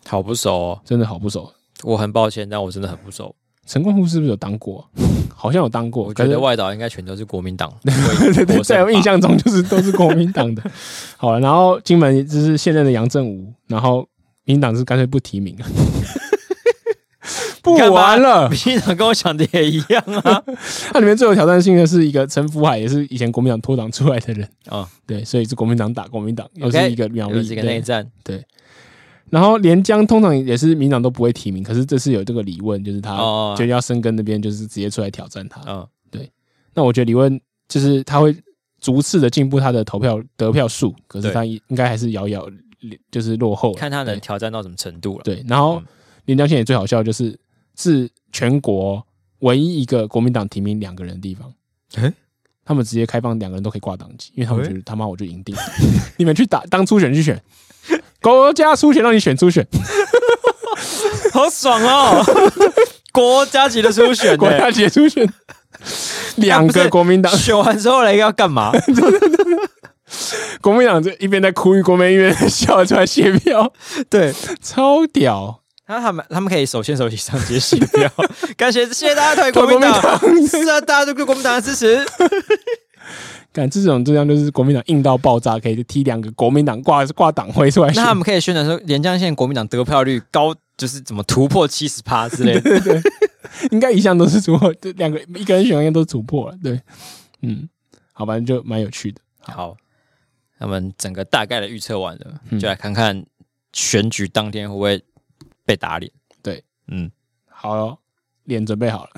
好不熟哦，
真的好不熟。
我很抱歉，但我真的很不熟。
陈光复是不是有当过 啊、好像有当过，
我
可
觉
是
得外岛应该全都是国民党， 对
对，在我印象中就是 都是国民党的。好了，然后金门就是现任的杨振武，然后民进党是干脆不提名 了，不玩了。
民进党跟我想的也一样啊。
它里面最有挑战性的是一个陈福海，也是以前国民党脱党出来的人
啊
对，所以是国民党打国民党，又
OK，
是一个苗
有
栗
这个内
对。
战，
然后连江通常也是民党都不会提名，可是这次有这个李问，就是他
哦
就要生根那边就是直接出来挑战他。
嗯，
那我觉得李问就是他会逐次的进步他的投票得票数，可是
对
他应该还是遥遥就是落后了。
看他能
对
挑战到什么程度了。
对，然后
嗯
连江县也最好笑，就是是全国唯一一个国民党提名两个人的地方。
诶
他们直接开放两个人都可以挂党籍，因为他们
诶
觉得他妈我就赢定了。 你们去打当初选去选，国家初选让你选初选，
好爽哦！国家级的初选
国
呢，
家级初选，两
啊不是
个国民党，
选完之后来要干嘛？
国民党就一边在哭，国民一边笑出来谢票，
对，
超屌。
他他们他们可以手牵手一起上街洗票， 感谢谢谢大家对国民
投
党，是啊，大家对国民党的支持。
干这种这样就是国民党硬到爆炸，可以踢两个国民党挂挂党徽出来选
那他们可以宣传说，连江县国民党得票率高，就是怎么突破七十趴之类的。
应该一向都是主播，这两个一个人选应该都是主播了。 对，嗯，好，反正就蛮有趣的。
好，那我们整个大概的预测完了，
嗯
就来看看选举当天会不会被打脸。
对，
嗯，
好咯，脸准备好了。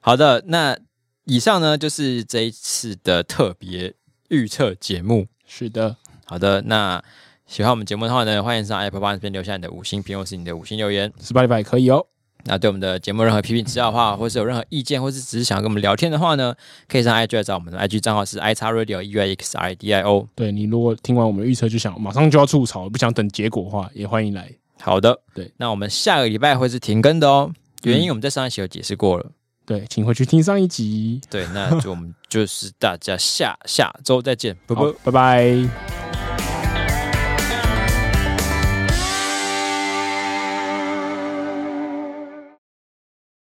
好的，那以上呢就是这一次的特别预测节目。
是的，
好的，那喜欢我们节目的话呢，欢迎上 Apple Podcast 这边留下你的五星评论，是你的五星留言。
十八礼拜也可以哦。
那对我们的节目任何批评指教的话，或是有任何意见，或是只是想要跟我们聊天的话呢，可以上 IG 来找我们的 IG 账号是 i x radio e i x r d i o。
对你如果听完我们的预测就想马上就要吐槽，不想等结果的话，也欢迎来
好的，
对，
那我们下个礼拜会是停更的哦，原因我们在上一期有解释过了。
对，请回去听上一集。
对，那就我们就是大家下下周再见，拜拜
好。拜拜。